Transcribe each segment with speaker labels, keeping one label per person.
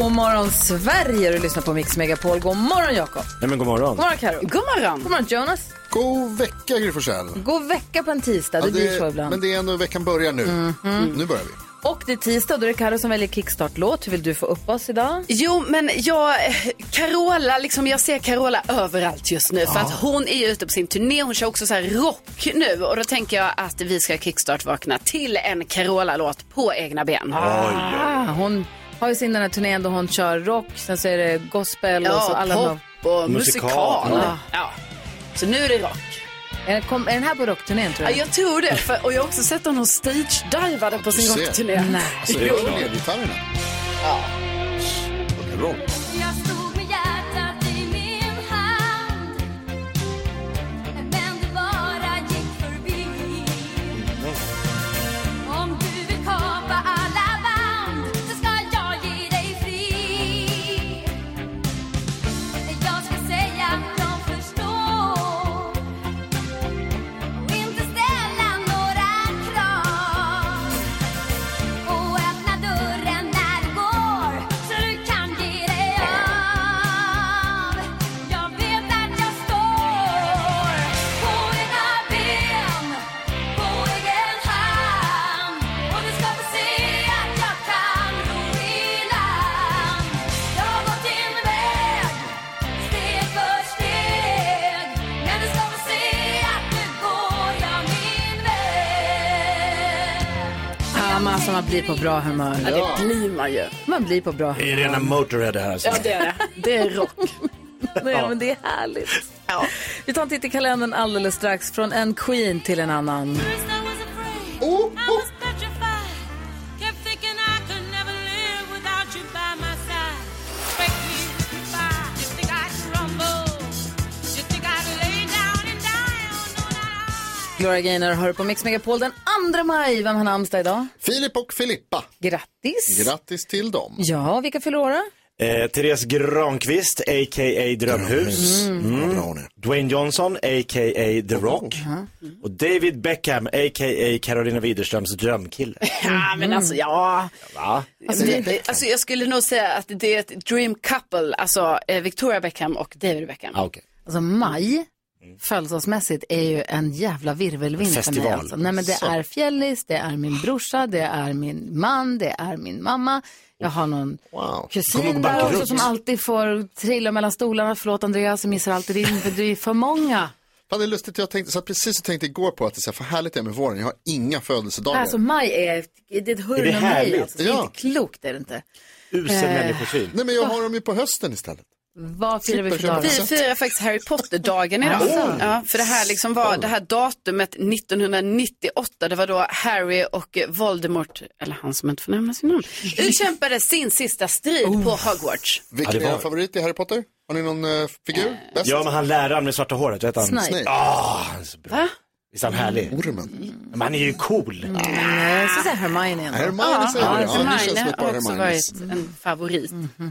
Speaker 1: God morgon Sverige! Du lyssnar på Mix Megapol. God morgon Jakob!
Speaker 2: Nej men god morgon.
Speaker 1: God morgon Karo.
Speaker 3: God morgon.
Speaker 1: God morgon Jonas!
Speaker 4: God vecka Gry Forssell.
Speaker 1: God vecka på en tisdag, Mm. det,
Speaker 4: Ja,
Speaker 1: blir så ibland. Mhm.
Speaker 4: Men det är ändå veckan börjar nu. Nu börjar vi.
Speaker 1: Och det är tisdag och då är det Karo som väljer kickstart-låt. Hur vill du få upp oss idag?
Speaker 3: Jo, men jag, Carola, liksom, jag ser Carola överallt just nu. För att hon är ju ute på sin turné, hon kör också så här rock nu. Och då tänker jag att vi ska kickstart-vakna till en Carola-låt på egna ben.
Speaker 1: Ah, hon har ju sin den här turnén då hon kör rock, sen så är det gospel och så
Speaker 3: Ja,
Speaker 1: alla de-
Speaker 3: pop och musikal.
Speaker 1: Musikal.
Speaker 3: Ja. Ja. Så nu är det rock.
Speaker 1: Är den- kom- är den här på rockturnén tror
Speaker 3: Ja,
Speaker 1: du?
Speaker 3: jag tror det. För, och jag har också sett hon stage-divade på sin
Speaker 4: Du ser.
Speaker 3: rockturné.
Speaker 4: Så det är väl ledgitarrerna. Ja.
Speaker 5: Jag stod med hjärtat i min hand Men det bara gick förbi Om du vill kapa alla band Så ska jag ge dig fri Jag ska säga att de förstår Och inte ställa några krav och öppna dörren när det går så du kan ge dig av Jag vet att jag står på egna ben, på egen hand och du ska få se att jag kan ro i land Jag har gått din väg, steg för steg men du ska få se att nu går jag min väg
Speaker 1: Ah, men alltså man blir på bra humör.
Speaker 3: Ja, det blir man ju.
Speaker 1: Man blir på bra
Speaker 2: Det
Speaker 1: humör.
Speaker 2: är rena Motorhead det här. Så.
Speaker 3: Ja, det är det. Det är rock.
Speaker 1: Nej, men det är härligt.
Speaker 3: Ja.
Speaker 1: Vi tar en titt i kalendern alldeles strax. Från en Queen till en annan.
Speaker 5: First I was afraid, Um. I was petrified. Kept thinking I could never live without you by my side. Break me with goodbye. You think I'd crumble? You think I'd lay down and die? Oh, no, not I.
Speaker 1: Gloria Gaynor hör på Mix Megapol den 2 maj. Vem har namnsdag idag?
Speaker 4: Filip och Filippa.
Speaker 1: Grattis!
Speaker 4: Grattis till dem.
Speaker 1: ja, vilka fyller år då?
Speaker 2: Eh, Therese Granqvist, a.k.a. Drömhus. Mm.
Speaker 4: Vad Mm. bra Oh, hon är.
Speaker 2: Dwayne Johnson, a.k.a. The Rock.
Speaker 4: Mm.
Speaker 2: Och David Beckham, a.k.a. Carolina Widerströms drömkille.
Speaker 3: Ja, men alltså, ja.
Speaker 2: Va?
Speaker 3: Alltså, det, alltså, jag skulle nog säga att det är ett dream couple, alltså eh, Victoria Beckham och David Beckham.
Speaker 2: Ah, okay.
Speaker 1: Alltså maj, födelsedagsmässigt, är ju en jävla virvelvind för
Speaker 2: Festival.
Speaker 1: mig. Alltså. Nej, men det är fjällis, det är min brorsa, det är min man, det är min mamma. Jag har någon
Speaker 4: Wow.
Speaker 2: Kommer gå
Speaker 1: kusin där också
Speaker 2: bankrutt.
Speaker 1: som alltid får trilla mellan stolarna. Förlåt Andreas, jag missar alltid din, för du är för många.
Speaker 4: Fan, det är lustigt, jag tänkte, så här, precis så tänkte jag igår på att det är så här, för härligt det är med våren. Jag har inga födelsedagar.
Speaker 1: Alltså maj är, det är ett
Speaker 2: Är det
Speaker 1: hurn om mig.
Speaker 2: härligt?
Speaker 1: Alltså. Det är
Speaker 4: Ja.
Speaker 1: inte klokt är det inte. eh.
Speaker 2: Usel människosyn.
Speaker 4: Nej men jag har dem ju på hösten istället.
Speaker 1: Vad firar vi för
Speaker 4: Slipper köpa
Speaker 1: dag?
Speaker 4: present.
Speaker 3: Vi firar faktiskt Harry Potter-dagen idag. Ja, för det här, liksom var, det här datumet 1998, det var då Harry och eh, Voldemort, eller han som inte får nämna sin namn, utkämpade sin sista strid på Hogwarts.
Speaker 4: Vilken
Speaker 2: Ja, det
Speaker 4: är
Speaker 2: var-
Speaker 4: er favorit i Harry Potter? Har ni någon eh, figur? Bäst?
Speaker 2: Ja, men han läraren med svarta håret, vet han?
Speaker 1: Snape.
Speaker 4: Nej,
Speaker 2: Ah, han är så bra.
Speaker 3: Va?
Speaker 2: Visst är han härlig?
Speaker 4: ormen. Mm.
Speaker 2: Men han är ju
Speaker 1: Jag
Speaker 2: cool.
Speaker 1: ska säga Hermione ändå.
Speaker 4: Hermione säger det. Ja, ni känns som
Speaker 3: Hermione
Speaker 4: ett par
Speaker 3: har också
Speaker 4: Hermiones. Mm-hmm.
Speaker 3: varit en favorit.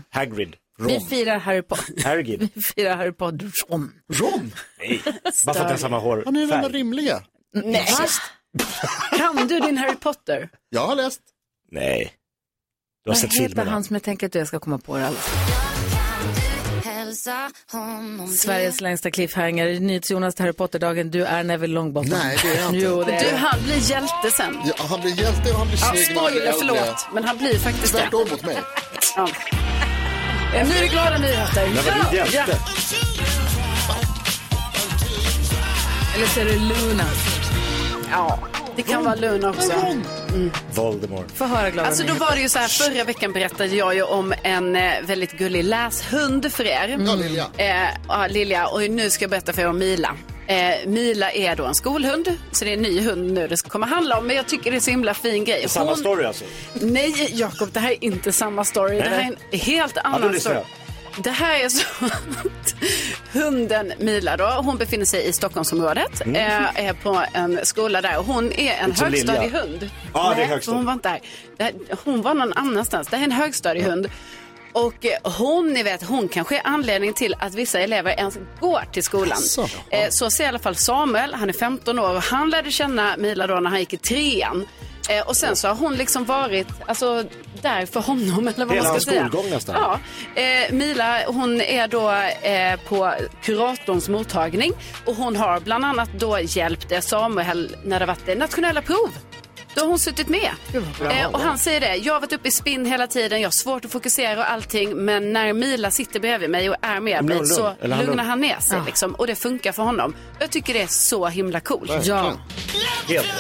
Speaker 2: Hagrid.
Speaker 1: Vi
Speaker 2: Ron.
Speaker 1: firar Harry Potter.
Speaker 2: Hergid.
Speaker 1: Vi firar Harry Potter. Rom.
Speaker 4: Rom!
Speaker 2: Nej. Bara för att han har samma
Speaker 4: Han är ju den enda
Speaker 2: hårfärg.
Speaker 4: rimliga.
Speaker 3: Nej. Kan du din Harry Potter?
Speaker 4: Jag har läst.
Speaker 2: Nej. Du har
Speaker 1: Vad
Speaker 2: sett
Speaker 1: heter
Speaker 2: filmerna.
Speaker 1: han som jag tänker att jag ska komma på det alldeles? Sveriges längsta cliffhanger. NyhetsJonas till Harry Potter-dagen. Du är Neville Longbottom.
Speaker 4: Nej, det är jag inte.
Speaker 1: Jo, det är
Speaker 3: Du,
Speaker 1: du.
Speaker 3: han blir hjälte sen.
Speaker 4: Ja, han blir hjälte och han blir
Speaker 3: Ja,
Speaker 4: snygg. när han
Speaker 3: spoiler,
Speaker 4: blir äldre.
Speaker 3: förlåt. Men han blir faktiskt det.
Speaker 4: Tvärtom mot mig.
Speaker 3: Ja. Nu är det glada nyheter.
Speaker 2: Nej, men du är hjälte.
Speaker 1: Eller så är det Luna.
Speaker 3: Ja, det kan vara Luna också.
Speaker 2: Mm. Voldemort.
Speaker 1: Få höra glada
Speaker 3: Alltså då
Speaker 1: nyheter.
Speaker 3: var det ju så här, förra veckan berättade jag ju om en eh, väldigt gullig läshund för er.
Speaker 4: Ja, Lilja.
Speaker 3: Eh, ja, Lilja. Och nu ska jag berätta för er om Mila. Eh, Mila är då en skolhund, så det är en ny hund nu det kommer handla om. Men jag tycker det är så himla fin grej.
Speaker 2: Samma
Speaker 3: Hon-
Speaker 2: story alltså?
Speaker 3: Nej, Jakob, det här är inte samma story. Det här är en helt annan
Speaker 2: lyssnar
Speaker 3: story. Det här är så att hunden Mila då, hon befinner sig i Stockholmsområdet,
Speaker 2: Mm.
Speaker 3: eh, är på en skola där och hon är en
Speaker 2: Lite som Lilja.
Speaker 3: högstadiehund.
Speaker 2: Ja, det är
Speaker 3: Nej,
Speaker 2: högstadie.
Speaker 3: Hon var inte där. Det här, hon var någon annanstans. Det här är en högstadiehund. Och eh, hon, ni vet, hon kanske är anledningen till att vissa elever ens går till skolan.
Speaker 4: Asså.
Speaker 3: Eh, så ser i alla fall Samuel, han är 15 år och han lärde känna Mila då när han gick i trean. Eh, och sen så har hon liksom varit alltså, där för honom eller vad
Speaker 2: Hela
Speaker 3: man
Speaker 2: hans
Speaker 3: ska säga.
Speaker 2: skolgång nästan.
Speaker 3: Ja. Eh, Mila hon är då eh, på kuratorns mottagning och hon har bland annat då hjälpt eh, Samuel när det varit eh, nationella prov. Då har hon suttit med. Eh, och han säger det, jag har varit uppe i spinn hela tiden, jag har svårt att fokusera och allting, men när Mila sitter bredvid mig och är med mig
Speaker 2: lugn,
Speaker 3: så
Speaker 2: lugn. Eller han
Speaker 3: lugnar
Speaker 2: lugn.
Speaker 3: han ner sig liksom, och det funkar för honom. Jag tycker det är så himla coolt.
Speaker 1: Ja.
Speaker 2: Helt rätt.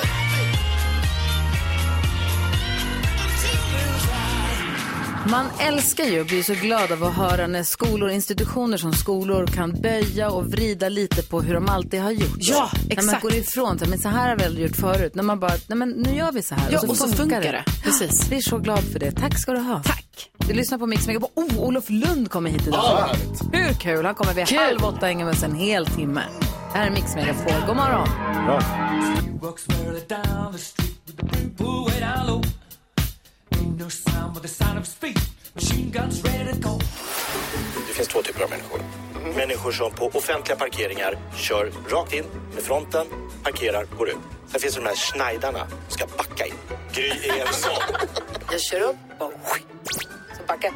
Speaker 1: Man älskar ju och blir så glad av att höra när skolor, institutioner som skolor kan böja och vrida lite på hur de alltid har gjort.
Speaker 3: Ja,
Speaker 1: När man
Speaker 3: exakt.
Speaker 1: går ifrån, så här, men så här har vi aldrig gjort förut. När man bara, nej men nu gör vi så här.
Speaker 3: Ja, och så funkar det. Precis.
Speaker 1: Vi är så glad för det. Tack ska du ha.
Speaker 3: Tack.
Speaker 1: Du lyssnar på Mix Megapol. Oh, Olof Lund kommer hit idag. Hur kul? Han kommer vid
Speaker 3: Kul.
Speaker 1: halv åtta, hänger med oss en hel timme. Det här är Mix Megapol. God morgon.
Speaker 2: Det finns två typer av människor. Människor som på offentliga parkeringar kör rakt in med fronten, parkerar, går ut. Sen finns det de här schneidarna som ska backa in. Gry är en sån.
Speaker 6: Jag kör upp och så backar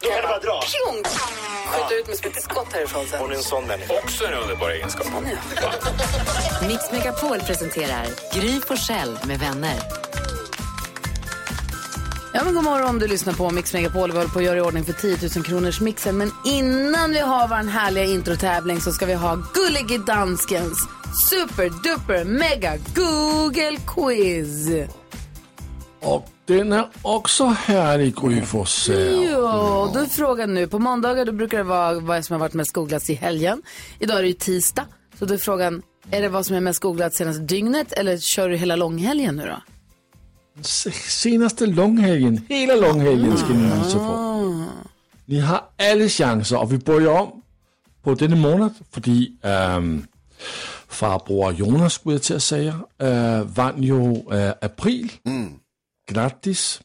Speaker 2: Då kan det bara dra.
Speaker 6: Pjong! Skjuter ut mig som ett skott härifrån sen.
Speaker 2: Hon är en sån människa.
Speaker 7: Också en underbar egenskap.
Speaker 6: Mix Megapol presenterar Gry på själv med vänner.
Speaker 1: Ja, men god morgon, du lyssnar på Mix Megapol. Vi håller på att göra i ordning för 10 000 kronors mixen. Men innan vi har vår härliga introtävling så ska vi ha Gullig i Danskens superduper mega Google quiz.
Speaker 7: Och den är också härlig, Gry Forssell.
Speaker 1: Jo, och då är frågan nu. På måndagar då brukar det vara vad som har varit mest googlats i helgen. Idag är det ju tisdag, så då är frågan, är det vad som är mest googlat senaste dygnet eller kör du hela långhelgen nu då?
Speaker 7: Se- Senaste långhelgen, hela långhelgen ska ni alltså få. Ni har alla chanser och vi börjar om på denna månad för ähm, farbror Jonas, skulle jag till att säga, äh, vann ju äh, april. Grattis!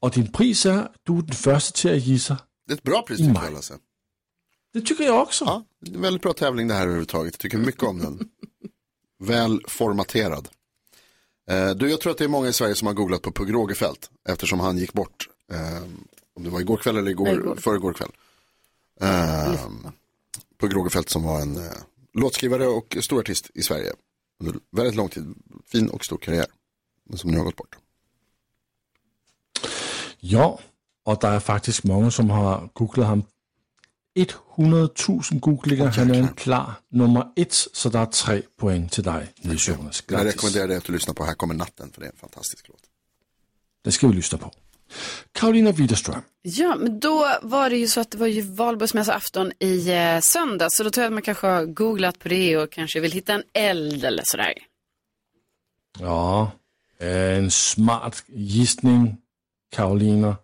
Speaker 7: Och din pris är, du är den första till att gissa.
Speaker 4: Det är ett bra pris tycker jag Lasse.
Speaker 7: Det tycker jag också.
Speaker 4: Ja, det är en väldigt bra tävling det här överhuvudtaget. Jag tycker mycket om den. Väl formaterad. Eh, du, jag tror att det är många i Sverige som har googlat på Pugh Rogefeldt eftersom han gick bort. Eh, om det var igår kväll eller igår,
Speaker 1: Igår.
Speaker 4: förrgår kväll. Eh, Pugh Rogefeldt som var en eh, låtskrivare och stor artist i Sverige under väldigt lång tid. Fin och stor karriär. Men som nu har gått bort.
Speaker 7: Ja, och der er faktisk mange, som har googlet ham. 100.000 googlinger. Han er en klar nummer et, så der er tre point til dig, Niels Jonas.
Speaker 4: Jag
Speaker 7: Grattis.
Speaker 4: rekommenderar dig att du lyssnar på Här kommer natten för det är en fantastisk låt.
Speaker 7: Det skal vi lytte på. Karolina Widerström.
Speaker 3: Ja, men då var det ju så att det var ju valborgsmässoafton i eh, söndag så då tror jag att man kanske har googlat på det och kanske vill hitta en eld eller sådär.
Speaker 7: Ja, en smart gissning, Karolina.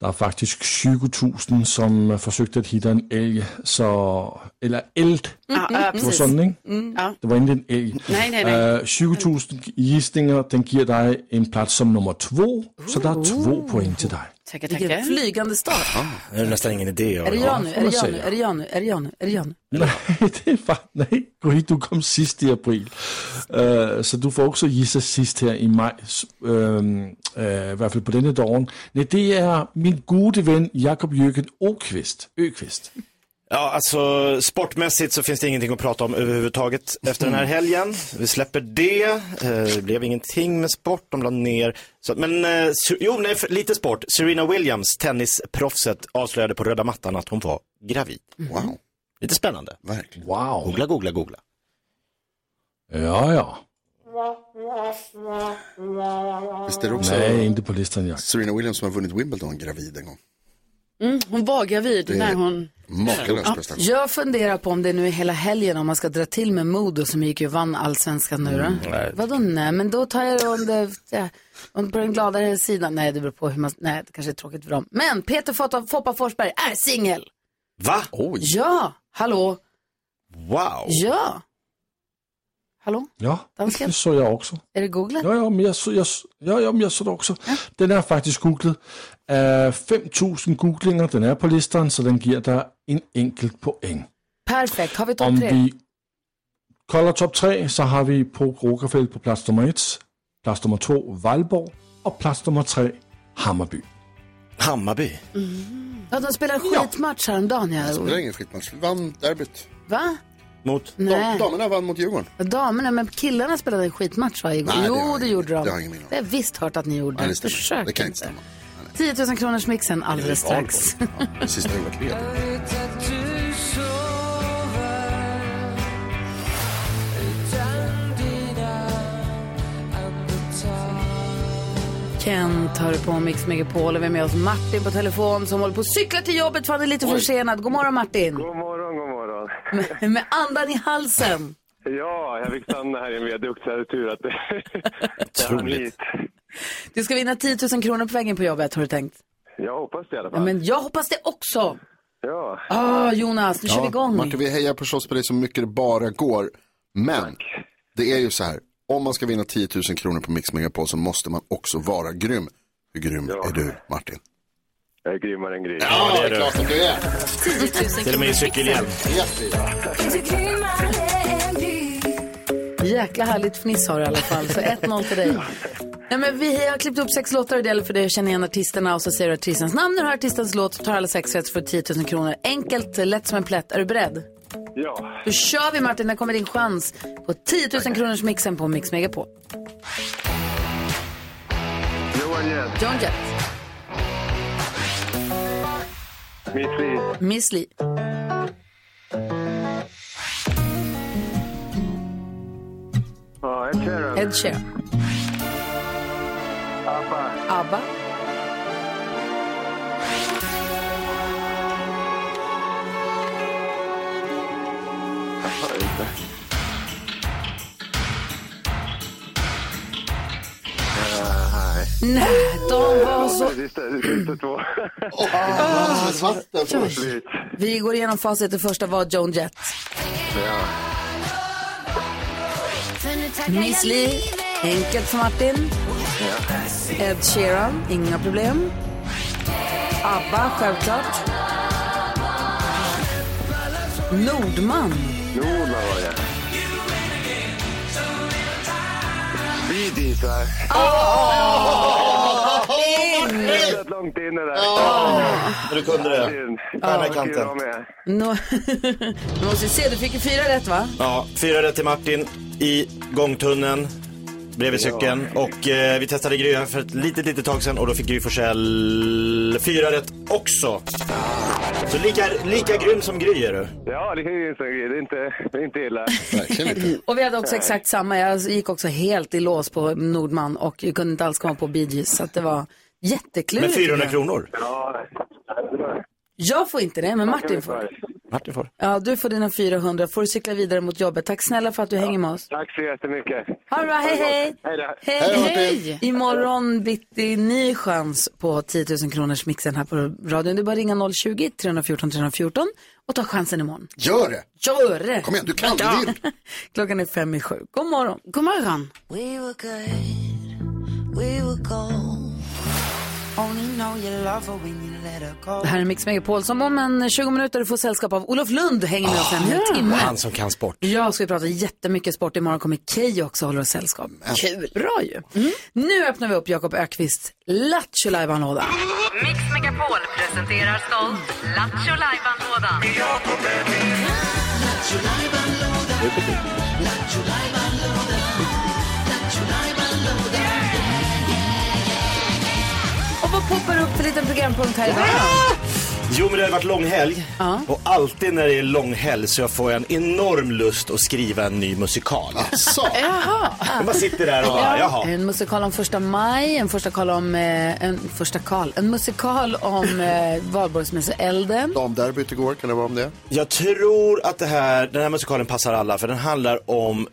Speaker 7: Der er faktisk 20.000, som øh, forsøgte at hitte en elg, så... Eller elt,
Speaker 3: Ja,
Speaker 1: Mm,
Speaker 3: ja,
Speaker 7: det var
Speaker 3: precis. Mm.
Speaker 7: sådan, ikke?
Speaker 3: ja.
Speaker 7: Det var egentlig en elg.
Speaker 3: Nej, nej, nej.
Speaker 7: Øh, 20.000 gissninger, den giver dig en plads som nummer två, så der er
Speaker 3: Uh.
Speaker 7: två point til dig.
Speaker 2: Ah,
Speaker 3: Tackar,
Speaker 1: Vilken
Speaker 3: tackar.
Speaker 1: flygande start.
Speaker 2: Nu är det nästan ingen idé.
Speaker 1: Är det jag nu?
Speaker 7: får
Speaker 1: Är
Speaker 7: man
Speaker 1: det jag nu?
Speaker 7: säga.
Speaker 1: Är det jag nu? Är det jag nu? Är det jag nu?
Speaker 7: Nej, det er faktisk... Nej, Gry, du kom sidst i april. Øh, så du får også gisse sidst her i maj, s- øhm, øh, i hvert fald på denne dagen. Nej, det er min gode ven Jakob Jørgen Åqvist. Øqvist.
Speaker 2: Ja, alltså sportmässigt så finns det ingenting att prata om överhuvudtaget efter den här helgen. Vi släpper det. Eh, Det blev ingenting med sport, de la ner. Så, att- men, eh, Ser- jo, nej, för- lite sport. Serena Williams, tennisproffset, avslöjade på röda mattan att hon var gravid.
Speaker 4: Wow,
Speaker 2: Lite spännande.
Speaker 4: verkligen.
Speaker 7: Wow.
Speaker 2: Googla, googla, googla.
Speaker 7: Ja, ja.
Speaker 4: Visst är det också
Speaker 7: Nej, inte på listan, Jakob.
Speaker 4: Serena Williams som har vunnit Wimbledon gravid en gång.
Speaker 3: Mm, hon var gravid
Speaker 4: är-
Speaker 3: när hon...
Speaker 4: Makalös
Speaker 3: Ja.
Speaker 4: prestation.
Speaker 1: Jag funderar på om det nu är hela helgen om man ska dra till med Modo som gick ju och vann allsvenskan nu då.
Speaker 4: Mm.
Speaker 8: nej.
Speaker 1: Vadå nej, men då tar jag det om det, ja, om på den gladare sidan. Nej, det beror på hur man, nej det kanske är tråkigt för dem. Men Peter Foppa, Foppa Forsberg är singel.
Speaker 2: Va?
Speaker 1: Ja, hallå,
Speaker 2: Wow.
Speaker 1: ja. Hallå,
Speaker 7: Ja,
Speaker 1: Dansken?
Speaker 7: det såg jag också.
Speaker 1: är det googlat?
Speaker 7: Ja, ja, men jag, så, jag, ja, ja, men jeg så det også. Den er faktisk googlet. Øh, 5.000 googlinger, den er på listeren, så den giver dig en enkelt point.
Speaker 1: Perfekt, har vi topp
Speaker 7: Om
Speaker 1: tre?
Speaker 7: vi kolder top 3, så har vi på Grokerfeldt på plads nummer 1, plads nummer 2 Valborg og plads nummer 3 Hammerby.
Speaker 2: Hammarby.
Speaker 1: Mm. Ja, de spelar skitmatch häromdagen.
Speaker 4: Det är
Speaker 1: Ja.
Speaker 4: ingen skitmatch. Vann derbyt.
Speaker 1: Va?
Speaker 2: Mot?
Speaker 4: Dam-
Speaker 1: Nej.
Speaker 4: Damerna vann mot Djurgården.
Speaker 1: Damerna, men killarna spelade en skitmatch va? igår?
Speaker 4: Nej, det
Speaker 1: jo,
Speaker 4: har jag
Speaker 1: det
Speaker 4: ingen-
Speaker 1: gjorde de.
Speaker 4: det har jag ingen minne av.
Speaker 1: Det har jag visst hört att ni gjorde.
Speaker 4: Nej, det stämmer.
Speaker 1: Försök
Speaker 4: Det kan inte
Speaker 1: inte.
Speaker 4: stämma.
Speaker 1: 10 000 kronors mixen alldeles strax.
Speaker 4: Ja, Sista ordet leder.
Speaker 1: Kent hör på Mix Megapol och vi är med oss Martin på telefon som håller på att cykla till jobbet för han är lite försenad. God morgon Martin!
Speaker 8: God morgon, god morgon.
Speaker 1: Med, med andan i halsen.
Speaker 8: Ja, jag fick stanna här i en viadukt så jag hade tur att jag hann
Speaker 2: Otroligt.
Speaker 8: hit.
Speaker 1: Du ska vinna 10 000 kronor på vägen på jobbet har du tänkt.
Speaker 8: Jag hoppas det i alla
Speaker 1: Ja,
Speaker 8: fall.
Speaker 1: men jag hoppas det också!
Speaker 8: Ja,
Speaker 1: Ah, Jonas, nu kör vi igång.
Speaker 4: Martin, vi hejar förstås på dig så mycket det bara går. Men det är ju så här. Om man ska vinna 10 000 kronor på Mix Megapol så måste man också vara grym. Hur grym är du, Martin?
Speaker 8: jag är grymmare än Gry.
Speaker 4: Ja, det är klart att du är.
Speaker 6: 10 000
Speaker 2: Till och med i
Speaker 6: kronor
Speaker 2: cykelhjälm.
Speaker 1: Jäkla härligt fniss har du i alla fall, så 1-0 till dig. Nej, men vi har klippt upp sex låtar och det gäller för dig att känna igen artisterna och så säger du artistens namn när du hör artistens låt så tar alla sex rätt för 10 000 kronor. Enkelt, lätt som en plätt. Är du beredd?
Speaker 8: Ja,
Speaker 1: Då kör vi Martin, där kommer din chans på 10 000 kronors mixen på Mix Megapol.
Speaker 8: Johan Jett,
Speaker 1: John Jett,
Speaker 8: Mitt Li,
Speaker 1: Miss Li,
Speaker 8: ja, Ed Sheeran,
Speaker 1: Ed Sheeran,
Speaker 8: ABBA,
Speaker 1: ABBA, Nej, de var så...
Speaker 8: sista, sista två. Slut.
Speaker 1: Vi går igenom facit. Det första var Joan Jett. Miss Li, enkelt för Martin. Ed Sheeran, inga problem. ABBA, självklart. Nordman.
Speaker 8: Nordman var det. Bee Gees, va? Jag har suttit långt inne där.
Speaker 2: Du kunde det.
Speaker 8: Synd.
Speaker 2: Stjärna i
Speaker 8: Vad kul att vara
Speaker 2: kanten.
Speaker 8: med.
Speaker 1: No... du måste ju se, du fick ju fyra rätt va?
Speaker 2: Ja, fyra rätt till Martin i gångtunneln bredvid cykeln. Och eh, vi testade Gry här för ett litet, litet tag sedan och då fick Gry Forssell fyra rätt också. Så lika, lika grym som Gry är du.
Speaker 8: Ja, det är ju en sån grej. Det är inte, det är inte illa.
Speaker 4: Verkligen inte.
Speaker 1: Och vi hade också exakt samma. Jag gick också helt i lås på Nordman och jag kunde inte alls komma på Bee Gees. Så att det var jätteklurigt.
Speaker 2: Med 400 kronor.
Speaker 8: Ja,
Speaker 1: Jag får inte det, men Martin får.
Speaker 2: Martin får.
Speaker 1: Ja, du får dina 400. Får du cykla vidare mot jobbet. Tack snälla för att du hänger med oss.
Speaker 8: tack så jättemycket.
Speaker 1: Ha det bra, hej hej!
Speaker 8: Hej då.
Speaker 4: Hej,
Speaker 1: hej! Imorgon bitti, ny chans på 10 000 kronors mixen här på radion. Du bara ringa 020-314 314 och ta chansen imorgon.
Speaker 4: Gör det!
Speaker 1: Gör det!
Speaker 4: Kom igen, du kan det! vill.
Speaker 1: Klockan är fem i sju. God morgon!
Speaker 3: God morgon.
Speaker 5: We were good, we were gold. Only know you love her when you let her go.
Speaker 1: Det här är Mix Megapol som om en 20 minuter får sällskap av Olof Lund hänger med oss en
Speaker 2: Ah,
Speaker 1: hel timme.
Speaker 2: Han som kan sport.
Speaker 1: Jag ska prata jättemycket sport. Imorgon kommer Key också och håller oss sällskap. Kul. Bra ju. Mm. Nu öppnar vi upp Jakob Ökvists Lattjo Lajban-låda.
Speaker 6: Mix Megapol presenterar stolt Lattjo Lajban-lådan.
Speaker 1: Och vad poppar upp för liten programpunkt här idag?
Speaker 2: Jo, men det har varit långhelg.
Speaker 1: Ja.
Speaker 2: Och alltid när det är långhelg så får jag en enorm lust att skriva en ny musikal.
Speaker 1: Jaha.
Speaker 2: Jag bara sitter där och bara, jaha.
Speaker 1: En musikal om första maj, en första kal om, eh, en första kal, en musikal om eh, valborgsmässoelden.
Speaker 4: Damderbyt igår, kan det vara om det?
Speaker 2: Jag tror att det här, den här musikalen passar alla för den handlar om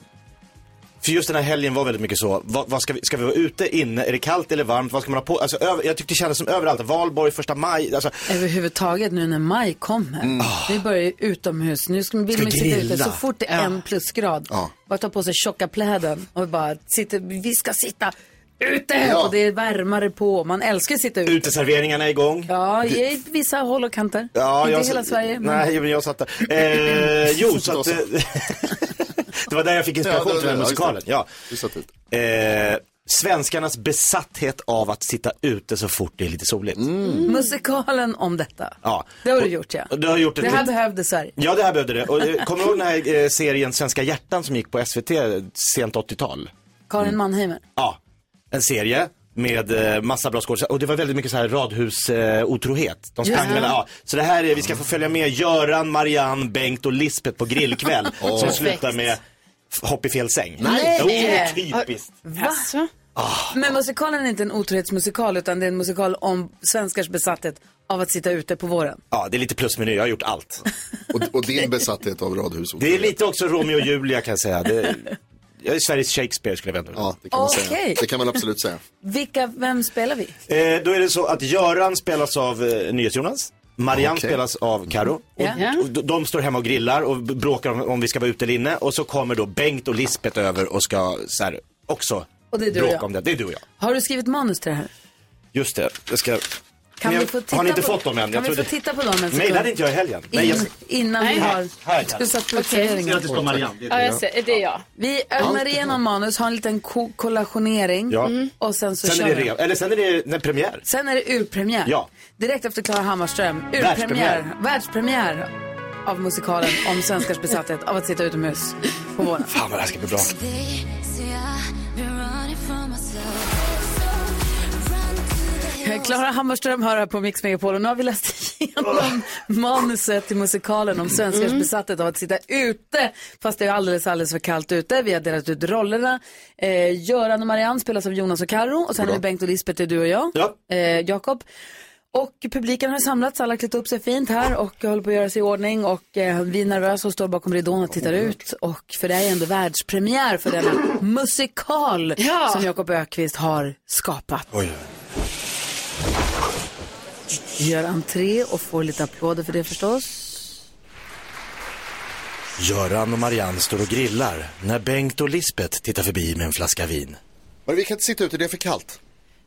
Speaker 2: för just den här helgen var väldigt mycket så, vad, vad ska, vi, ska vi vara ute, inne, är det kallt eller varmt, vad ska man ha på alltså, över, Jag tyckte det kändes som överallt, valborg, första maj, alltså,
Speaker 1: Överhuvudtaget nu när maj kommer. Ah. Vi börjar ju utomhus. Nu ska, vill
Speaker 2: Mm. Ska
Speaker 1: man ju sitta ute
Speaker 2: grilla.
Speaker 1: så fort det är en plusgrad. Bara ta på sig tjocka pläden och bara sitta, vi ska sitta ute
Speaker 2: Ja.
Speaker 1: och det är värmare på. Man älskar att sitta ute.
Speaker 2: uteserveringarna är igång.
Speaker 1: Ja, i vissa håll och kanter.
Speaker 2: Ja,
Speaker 1: Inte
Speaker 2: jag-
Speaker 1: hela Sverige. Men...
Speaker 2: Nej, men jag satt där. Eh, jo, så att... eh, det var där jag fick inspiration
Speaker 4: Ja, det var
Speaker 2: till den här
Speaker 4: det, ja,
Speaker 2: musikalen.
Speaker 4: just det.
Speaker 2: Ja. Eh, svenskarnas besatthet av att sitta ute så fort det är lite soligt.
Speaker 4: Mm.
Speaker 1: Mm. Musikalen om detta.
Speaker 2: Ja.
Speaker 1: Det har du gjort ja.
Speaker 2: Och det har gjort
Speaker 1: Det
Speaker 2: ett
Speaker 1: här
Speaker 2: litet-
Speaker 1: behövde Sverige.
Speaker 2: Ja, det här behövde det. Och, eh, kommer du ihåg den här eh, serien Svenska hjärtan som gick på SVT sent 80-tal? Mm.
Speaker 1: Karin Mannheimer.
Speaker 2: Ja, en serie med eh, massa bra skådespelare. Och det var väldigt mycket så här radhusotrohet. Eh, otrohet. De sprang
Speaker 1: Just det.
Speaker 2: mellan, ja. Så det här är, vi ska få följa med Göran, Marianne, Bengt och Lisbeth på grillkväll.
Speaker 4: Åh.
Speaker 2: Som slutar med f- hopp i fel säng.
Speaker 1: Nej.
Speaker 2: Jo, typiskt. Ah.
Speaker 1: Va? Men musikalen är inte en otrohetsmusikal utan det är en musikal om svenskars besatthet av att sitta ute på våren.
Speaker 2: Ja, det är lite plusmeny, jag har gjort allt.
Speaker 4: Och, och din besatthet av radhus.
Speaker 2: Det är lite också Romeo och Julia kan jag säga. Det, jag är Sveriges Shakespeare skulle jag vända mig.
Speaker 4: Det kan, man
Speaker 1: Okej.
Speaker 4: säga. det kan man absolut säga.
Speaker 1: Vilka, vem spelar vi?
Speaker 2: Eh, då är det så att Göran spelas av eh, NyhetsJonas. Marianne
Speaker 4: Okej.
Speaker 2: spelas av Karo. Och,
Speaker 1: Mm. Ja.
Speaker 2: och de- de står hemma och grillar och b- bråkar om, om vi ska vara ute eller inne. Och så kommer då Bengt och Lisbeth över och ska så här, också
Speaker 1: Och det är du och
Speaker 2: bråka
Speaker 1: jag.
Speaker 2: om det. Det är du och jag.
Speaker 1: Har du skrivit manus till det här?
Speaker 2: Just det. Jag ska...
Speaker 1: Kan
Speaker 2: Men
Speaker 1: vi
Speaker 2: jag-
Speaker 1: få titta
Speaker 2: har ni inte
Speaker 1: på-
Speaker 2: fått dem än?
Speaker 1: Kan vi
Speaker 2: trodde-
Speaker 1: få titta på dem en
Speaker 2: Nej,
Speaker 1: sekund?
Speaker 2: det hade inte jag i helgen. Nej, jag...
Speaker 1: In, innan vi har...
Speaker 2: Här,
Speaker 1: Du satt på
Speaker 2: Ser att det står
Speaker 1: serien.
Speaker 2: Marianne. Det är
Speaker 3: Ja,
Speaker 2: du.
Speaker 3: jag ser, det är jag.
Speaker 1: Vi ögnar igenom manus, har en liten ko- kollationering Mm.
Speaker 2: Ja.
Speaker 1: och sen så
Speaker 2: Sen
Speaker 1: kör
Speaker 2: är det
Speaker 1: vi.
Speaker 2: rev. Eller sen är det när premiär.
Speaker 1: Sen är det urpremiär.
Speaker 2: Ja.
Speaker 1: Direkt efter Klara Hammarström. Urpremiär.
Speaker 2: Världspremiär.
Speaker 1: Världspremiär av musikalen om svenskars besatthet av att sitta utomhus på våren.
Speaker 2: Fan vad det här ska bli bra.
Speaker 1: Eh, Klara Hammarström hör här på Mix Megapol och nu har vi läst igenom manuset till musikalen om svenskars besatthet av att sitta ute fast det är alldeles, alldeles för kallt ute. Vi har delat ut rollerna. Eh, Göran och Marianne spelas av Jonas och Karo och sen är det Bengt och Lisbeth, det är du och jag,
Speaker 2: Ja.
Speaker 1: eh, Jakob. Och publiken har samlats, alla har klätt upp sig fint här och håller på att göra sig i ordning och eh, vi är nervösa och står bakom ridån och tittar ut. Och för det är ändå världspremiär för denna musikal
Speaker 3: Ja.
Speaker 1: som Jakob Ökvist har skapat gör entré och får lite applåder för det förstås.
Speaker 2: Göran och Marianne står och grillar när Bengt och Lisbeth tittar förbi med en flaska vin.
Speaker 4: Men vi kan inte sitta ute, det är för kallt.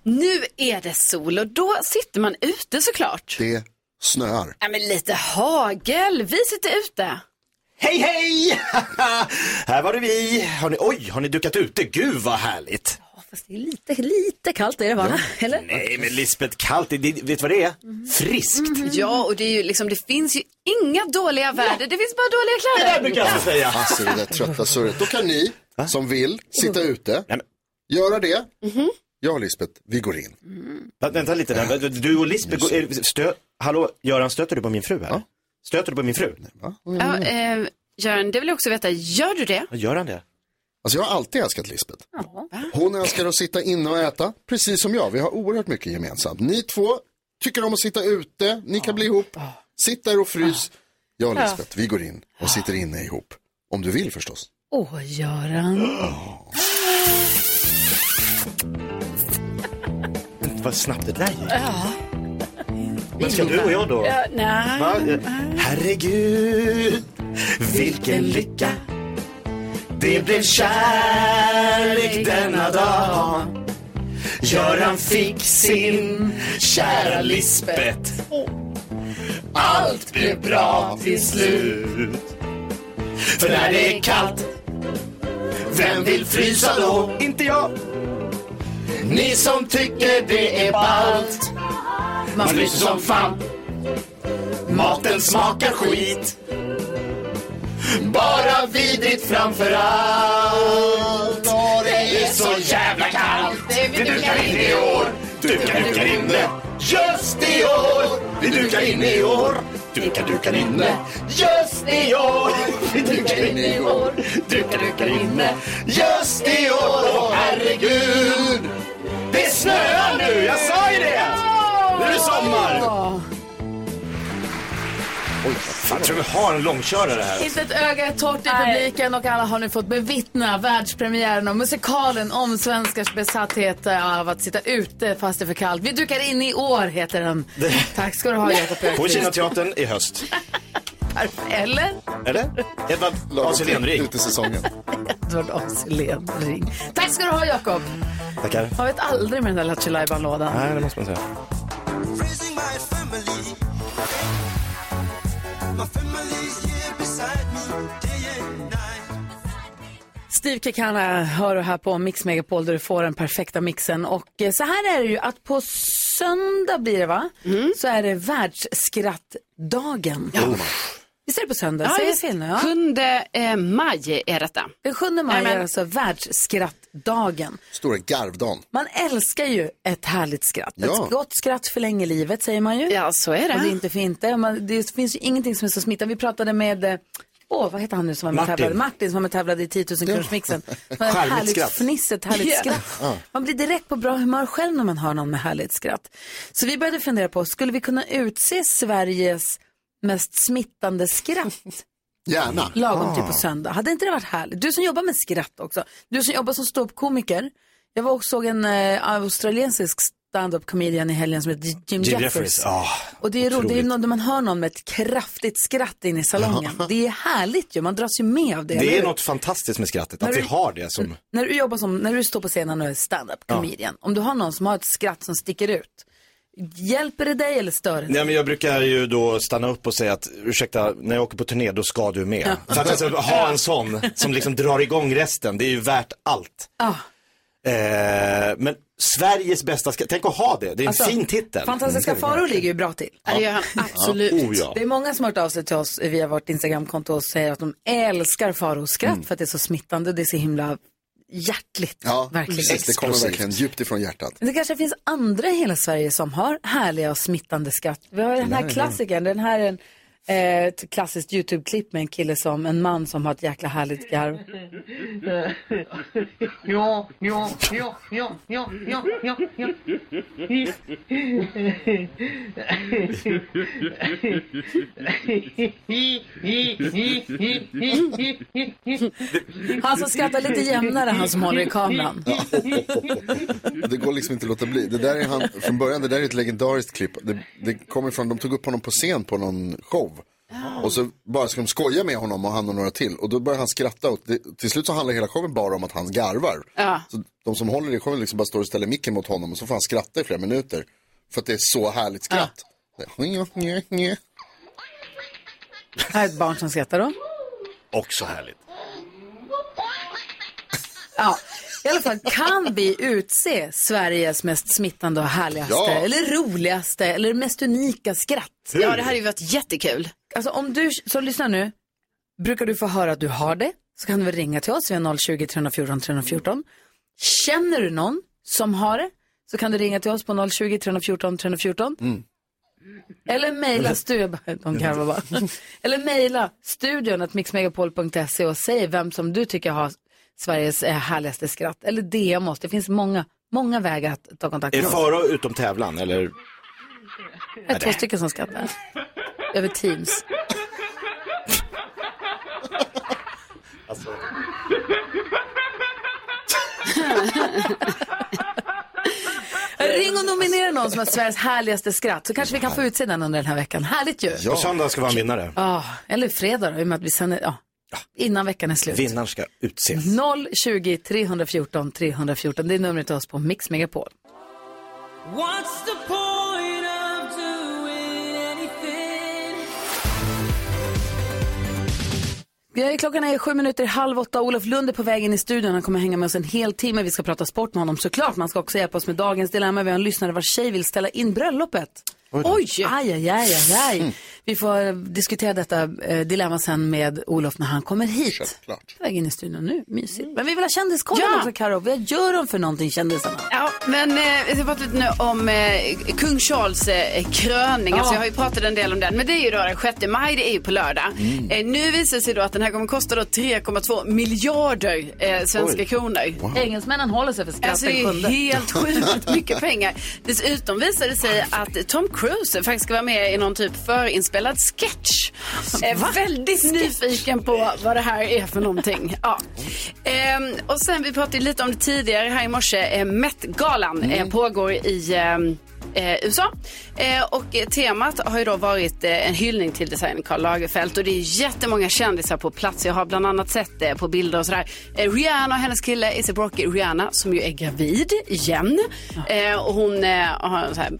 Speaker 3: Nu är det sol och då sitter man ute såklart.
Speaker 4: Det snöar.
Speaker 3: Ja, men lite hagel. Vi sitter ute.
Speaker 2: Hej hej! här var det vi. Har ni, oj, har ni dukat ute? Gud vad härligt.
Speaker 1: Fast det är lite, lite kallt är det va? Eller?
Speaker 2: Nej men Lisbeth, kallt, det, det, vet du vad det är? Friskt.
Speaker 3: Mm-hmm. Ja, och det, är ju liksom, det finns ju inga dåliga väder. Det finns bara dåliga
Speaker 2: Det där
Speaker 3: kläder.
Speaker 2: brukar jag alltid säga.
Speaker 4: Alltså det där trötta surret. Då kan ni som vill sitta ute,
Speaker 2: Nej, men-
Speaker 4: göra det. Jag och Lisbet, vi går in.
Speaker 2: Vä- Vänta lite, där. du och Lisbeth, går- är- stö, hallå, Göran stöter du på min fru här? Stöter du på min fru?
Speaker 3: Ja, eh, Göran, det vill jag också veta. Gör du det?
Speaker 2: Vad gör han det?
Speaker 4: Alltså jag har alltid älskat Lisbet. Hon älskar att sitta inne och äta, precis som jag. Vi har oerhört mycket gemensamt. Ni två tycker om att sitta ute, ni kan bli ihop. Sitt där och frys. Jag och Lisbet, vi går in och sitter inne ihop. Om du vill förstås.
Speaker 1: Åh, Göran.
Speaker 2: Vad snabbt det där gick. Men ska du och jag då? Eh,
Speaker 3: nej.
Speaker 2: Va? Herregud, vilken lycka Det blev kärlek denna dag Göran fick sin kära Lisbeth Allt blev bra till slut För när det är kallt Vem vill frysa då? Inte jag Ni som tycker det är ballt Man fryser som fan Maten smakar skit Bara vidrigt framför allt Det är så jävla kallt Vi dukar in i år Dukar, dukar inne Just i år Vi dukar
Speaker 5: dukar in i år.
Speaker 2: Dukar, dukar
Speaker 5: inne. Just i år. Vi dukar in i år. Dukar, dukar inne. Just i år. Åh herregud.
Speaker 2: Det snöar nu, jag sa ju det! Nu är det sommar!
Speaker 1: Ja.
Speaker 2: Oj, fan, jag tror vi har en långkörare här.
Speaker 1: Inte ett öga är torrt i publiken och alla har nu fått bevittna världspremiären av musikalen om svenskars besatthet eh, av att sitta ute fast det är för kallt. Vi dukar in i år heter den. Tack ska du ha Jakob
Speaker 2: På
Speaker 1: Öqvist.
Speaker 2: Kinateatern i höst.
Speaker 1: Eller?
Speaker 2: Eller? Edvard af Sillén-ring.
Speaker 4: säsongen.
Speaker 1: Edvard af Sillén Ring. Tack ska du ha Jakob.
Speaker 2: Tackar.
Speaker 1: Jag vet aldrig med den där Lattjo Lajban-lådan.
Speaker 2: Nej, det måste man säga.
Speaker 1: Steve Kekana hör du här på Mix Megapol där du får den perfekta mixen. Och eh, så här är det ju att på söndag blir det va?
Speaker 3: Mm.
Speaker 1: Så är det världsskrattdagen. Ja. Visst är det på söndag? Säger jag fel nu? Ja.
Speaker 3: 7 eh, maj är detta.
Speaker 1: Den 7 maj är
Speaker 3: Jajamän.
Speaker 1: alltså världsskrattdagen.
Speaker 4: Stora garvdagen.
Speaker 1: Man älskar ju ett härligt skratt.
Speaker 4: Ja.
Speaker 1: Ett gott skratt förlänger livet säger man ju.
Speaker 3: Ja, så är
Speaker 1: Och det är
Speaker 3: det.
Speaker 1: inte för inte. Man, det finns ju ingenting som är så smittande. Vi pratade med, eh, åh vad heter han nu som var med och
Speaker 2: Martin.
Speaker 1: tävlade? Martin som var med och tävlade i 10 000 kronorsmixen. Ett
Speaker 2: Charmigt
Speaker 1: härligt
Speaker 2: skratt.
Speaker 1: fniss, ett härligt
Speaker 3: Ja.
Speaker 1: skratt. Man blir direkt på bra humör själv när man hör någon med härligt skratt. Så vi började fundera på, skulle vi kunna utse Sveriges mest smittande skratt
Speaker 4: Gärna.
Speaker 1: lagom typ
Speaker 2: Ah.
Speaker 1: till på söndag? Hade inte det varit härligt? Du som jobbar med skratt också, du som jobbar som ståuppkomiker. Jag var och såg en eh, australiensisk stand-up comedian i helgen som heter Jim,
Speaker 2: Jim
Speaker 1: Jeffries.
Speaker 2: Jeffries. Ja,
Speaker 1: Och det är roligt, det är
Speaker 2: otroligt.
Speaker 1: när man hör någon med ett kraftigt skratt in i salongen. Det är härligt ju, man dras ju med av det. eller
Speaker 2: Det är
Speaker 1: hur?
Speaker 2: något fantastiskt med skrattet,
Speaker 1: När
Speaker 2: att vi
Speaker 1: du-
Speaker 2: har det som...
Speaker 1: När du jobbar som, när du står på scenen och är stand-up comedian, om du har någon som har ett skratt som sticker ut, hjälper det dig eller stör det dig?
Speaker 2: Nej men jag brukar ju då stanna upp och säga att ursäkta, när jag åker på turné då ska du med. För att alltså, ha en sån som liksom drar igång resten, det är ju värt allt.
Speaker 1: Ah,
Speaker 2: Eh, men Sveriges bästa skratt, tänk att ha det, det är en
Speaker 1: alltså,
Speaker 2: fin titel. Mm.
Speaker 1: Fantastiska faror ligger ju bra till.
Speaker 3: Ja, det gör han absolut.
Speaker 2: Ja, oh, ja.
Speaker 1: Det är många som har hört av sig till oss via vårt Instagramkonto och säger att de älskar Faros skratt
Speaker 2: Mm.
Speaker 1: för att det är så smittande och det är så himla hjärtligt.
Speaker 4: Ja,
Speaker 1: verkligen.
Speaker 4: precis. Det kommer
Speaker 2: Explosivt.
Speaker 4: verkligen djupt ifrån hjärtat.
Speaker 1: Men Det kanske finns andra i hela Sverige som har härliga och smittande skratt. Vi har den här klassikern, den här är en, eh, ett klassiskt YouTube-klipp med en kille som, en man som har ett jäkla härligt garv.
Speaker 5: Ja, ja, ja, ja, ja, ja, ja, ja.
Speaker 1: Han som skrattar lite jämnare, han som håller i kameran.
Speaker 4: Det går liksom inte att låta bli. Det där är han, från början, det där är ett legendariskt klipp. Det, det kommer från, de tog upp honom på scen på någon show. Och så bara ska de skoja med honom och han och några till. Och då börjar han skratta och det, till slut så handlar hela showen bara om att han garvar.
Speaker 3: Ja.
Speaker 4: Så de som håller i showen liksom bara står och ställer micken mot honom och så får han skratta i flera minuter. För att det är så härligt skratt. Det-
Speaker 1: Här är ett barn som skrattar då.
Speaker 2: Också härligt.
Speaker 1: Ja, i alla fall kan vi utse Sveriges mest smittande och härligaste,
Speaker 4: Ja.
Speaker 1: eller roligaste, eller mest unika skratt.
Speaker 3: Ja, det hade ju varit jättekul.
Speaker 1: Alltså om du som lyssnar nu, brukar du få höra att du har det, så kan du väl ringa till oss, vi har 020 314 314. Känner du någon som har det, så kan du ringa till oss på 020 314 314. Eller mejla studion, de kan bara. Eller mejla studion att mixmegapol.se och säg vem som du tycker har Sveriges eh, härligaste skratt. Eller DM oss, det finns många, många vägar att ta kontakt
Speaker 2: Är
Speaker 1: med
Speaker 2: det
Speaker 1: oss.
Speaker 2: fara utom tävlan eller?
Speaker 1: Det är två stycken som skrattar. Över Teams. alltså. Eh, Ring och nominera någon som har Sveriges härligaste skratt så kanske vi kan få utse den under den här veckan. Härligt ju.
Speaker 2: På söndag ska vara en vinnare.
Speaker 1: Ja, eller fredag då, i och med att vi sänder, ja, innan veckan är slut.
Speaker 2: Vinnaren ska utses.
Speaker 1: 020 314 314, det är numret till oss på Mix Megapol. Ja, Klockan är sju minuter i halv åtta. Olof Lund är på väg in i studion. Han kommer hänga med oss en hel timme. Vi ska prata sport med honom såklart. Man ska också hjälpa oss med dagens dilemma. Vi har en lyssnare vars tjej vill ställa in bröllopet. Oj! Aj, aj, aj, aj, aj. Vi får eh, diskutera detta eh, dilemma sen med Olof när han kommer hit. Självklart. Mm. Väg in i studion nu, mysigt. Men vi vill ha kändiskollen
Speaker 3: Ja.
Speaker 1: också Karo. Vad gör de för någonting kändisarna?
Speaker 3: Ja, men eh, det har pratat nu om eh, kung Charles eh, kröning. Alltså,
Speaker 1: Ja.
Speaker 3: jag har ju pratat en del om den. Men det är ju då den 6 maj, det är ju på lördag.
Speaker 1: Mm.
Speaker 3: Eh, nu visar det sig då att den här kommer kosta då 3,2 miljarder eh, svenska
Speaker 1: Oj.
Speaker 3: kronor.
Speaker 1: Engelsmännen håller sig för skratt
Speaker 3: Alltså det
Speaker 1: den
Speaker 3: är
Speaker 1: sjunde.
Speaker 3: helt sjukt mycket pengar. Dessutom visar det sig att Tom Cruise faktiskt ska vara med i någon typ förinspelad sketch. Eh, väldigt nyfiken på vad det här är för någonting. Ja. Ehm, och sen, vi pratade ju lite om det tidigare här i morse, eh, Met-galan
Speaker 6: Mm.
Speaker 3: eh, pågår i ehm, eh, USA. Eh, och eh, temat har ju då varit eh, en hyllning till designern Karl Lagerfeld och det är jättemånga kändisar på plats. Jag har bland annat sett eh, på bilder och sådär. Eh, Rihanna och hennes kille Izzy Brocky, Rihanna som ju är gravid igen. Eh, och hon eh, har en så här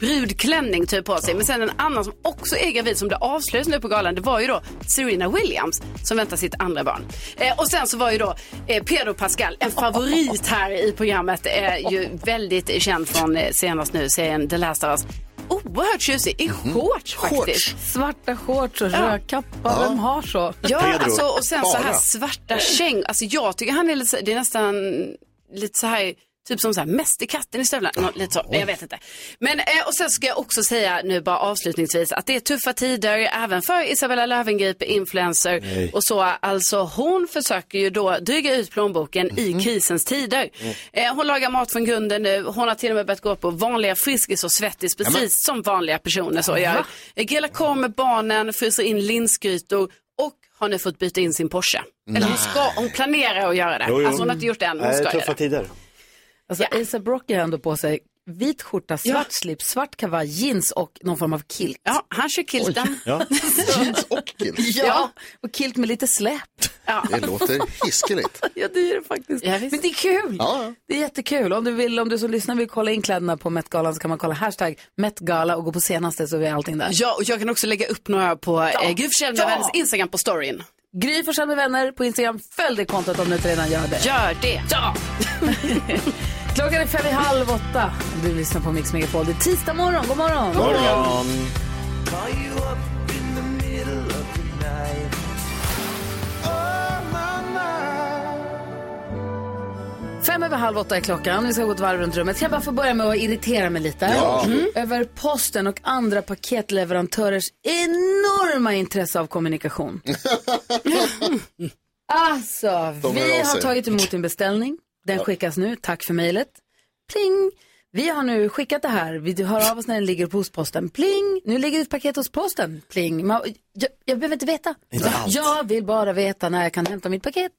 Speaker 3: brudklänning typ på sig. Men sen en annan som också är gravid som det avslöjades nu på galan. Det var ju då Serena Williams som väntar sitt andra barn. Eh, och sen så var ju då eh, Pedro Pascal en favorit här i programmet. Eh, ju väldigt känd från eh, senast nu serien The Last of Us. Oerhört tjusig i shorts faktiskt.
Speaker 1: Svarta shorts och röd kappa. Vem har så?
Speaker 3: Ja,
Speaker 1: Pedro.
Speaker 3: alltså, och sen så här
Speaker 1: Bara.
Speaker 3: svarta käng. Alltså jag tycker han är lite, så- det är nästan lite så här, typ som så här mästerkatten i stövlarna. Nå, lite så, men jag vet inte. Men eh, och sen ska jag också säga nu bara avslutningsvis att det är tuffa tider även för Isabella Löwengrip, influencer
Speaker 6: Nej.
Speaker 3: och så. Alltså hon försöker ju då dryga ut plånboken i krisens tider.
Speaker 6: Mm.
Speaker 3: Eh, hon lagar mat från grunden nu. Hon har till och med börjat gå på vanliga Friskis och Svettis, precis
Speaker 6: Jamen.
Speaker 3: som vanliga personer så gör.
Speaker 6: Va?
Speaker 3: Eh, Grillar korv med barnen, fryser in linsgrytor och har nu fått byta in sin Porsche. Eller hon, ska, hon planerar att göra det. Alltså hon har inte gjort det än, men hon ska göra det.
Speaker 2: tider.
Speaker 1: Alltså Asa Brocky har ändå på sig vit skjorta, svart slips, svart kavaj, jeans och någon form av kilt.
Speaker 3: Ja, han kör kilten.
Speaker 2: Ja.
Speaker 1: jeans och kilt? Ja, och kilt med lite släp.
Speaker 4: Det låter hiskeligt.
Speaker 1: Ja, det är det faktiskt. Men det är kul.
Speaker 4: Ja.
Speaker 1: Det är jättekul. Om du, vill, om du som lyssnar vill kolla in kläderna på Met-galan så kan man kolla hashtag Met-gala och gå på senaste så är allting där.
Speaker 3: Ja, och jag kan också lägga upp några på eh, Gry Forssell med
Speaker 1: Ja.
Speaker 3: vänners Instagram på storyn.
Speaker 1: Gry Forssell med vänner på Instagram. Följ det kontot om du inte redan gör det.
Speaker 3: Gör det. Ja.
Speaker 1: Klockan är fem i halv åtta. Du lyssnar på Mix Megapol. Det är tisdag morgon. God morgon. Fem över halv åtta är klockan. Vi ska gå ett varv runt rummet. Kan jag bara få börja med att irritera mig lite?
Speaker 6: Ja.
Speaker 1: Mm. Över posten och andra paketleverantörers enorma intresse av kommunikation. alltså,
Speaker 6: De hör
Speaker 1: vi
Speaker 6: av
Speaker 1: har
Speaker 6: sig.
Speaker 1: tagit emot din beställning. Den skickas nu. Tack för mejlet. Pling! Vi har nu skickat det här. Vi hör av oss när den ligger på hos posten. Pling! Nu ligger ditt paket hos posten. Pling! Man, jag, jag behöver inte veta.
Speaker 6: Inte allt.
Speaker 1: jag vill bara veta när jag kan hämta mitt paket.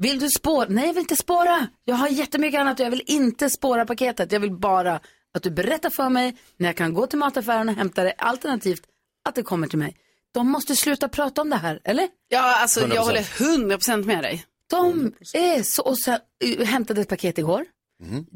Speaker 1: Vill du spåra? Nej, jag vill inte spåra. Jag har jättemycket annat och jag vill inte spåra paketet. Jag vill bara att du berättar för mig när jag kan gå till mataffären och hämta det. Alternativt att det kommer till mig. De måste sluta prata om det här, eller?
Speaker 3: Ja, alltså jag
Speaker 1: 100%.
Speaker 3: håller 100% med dig.
Speaker 1: De är så... Och sen, uh, hämtade ett paket igår.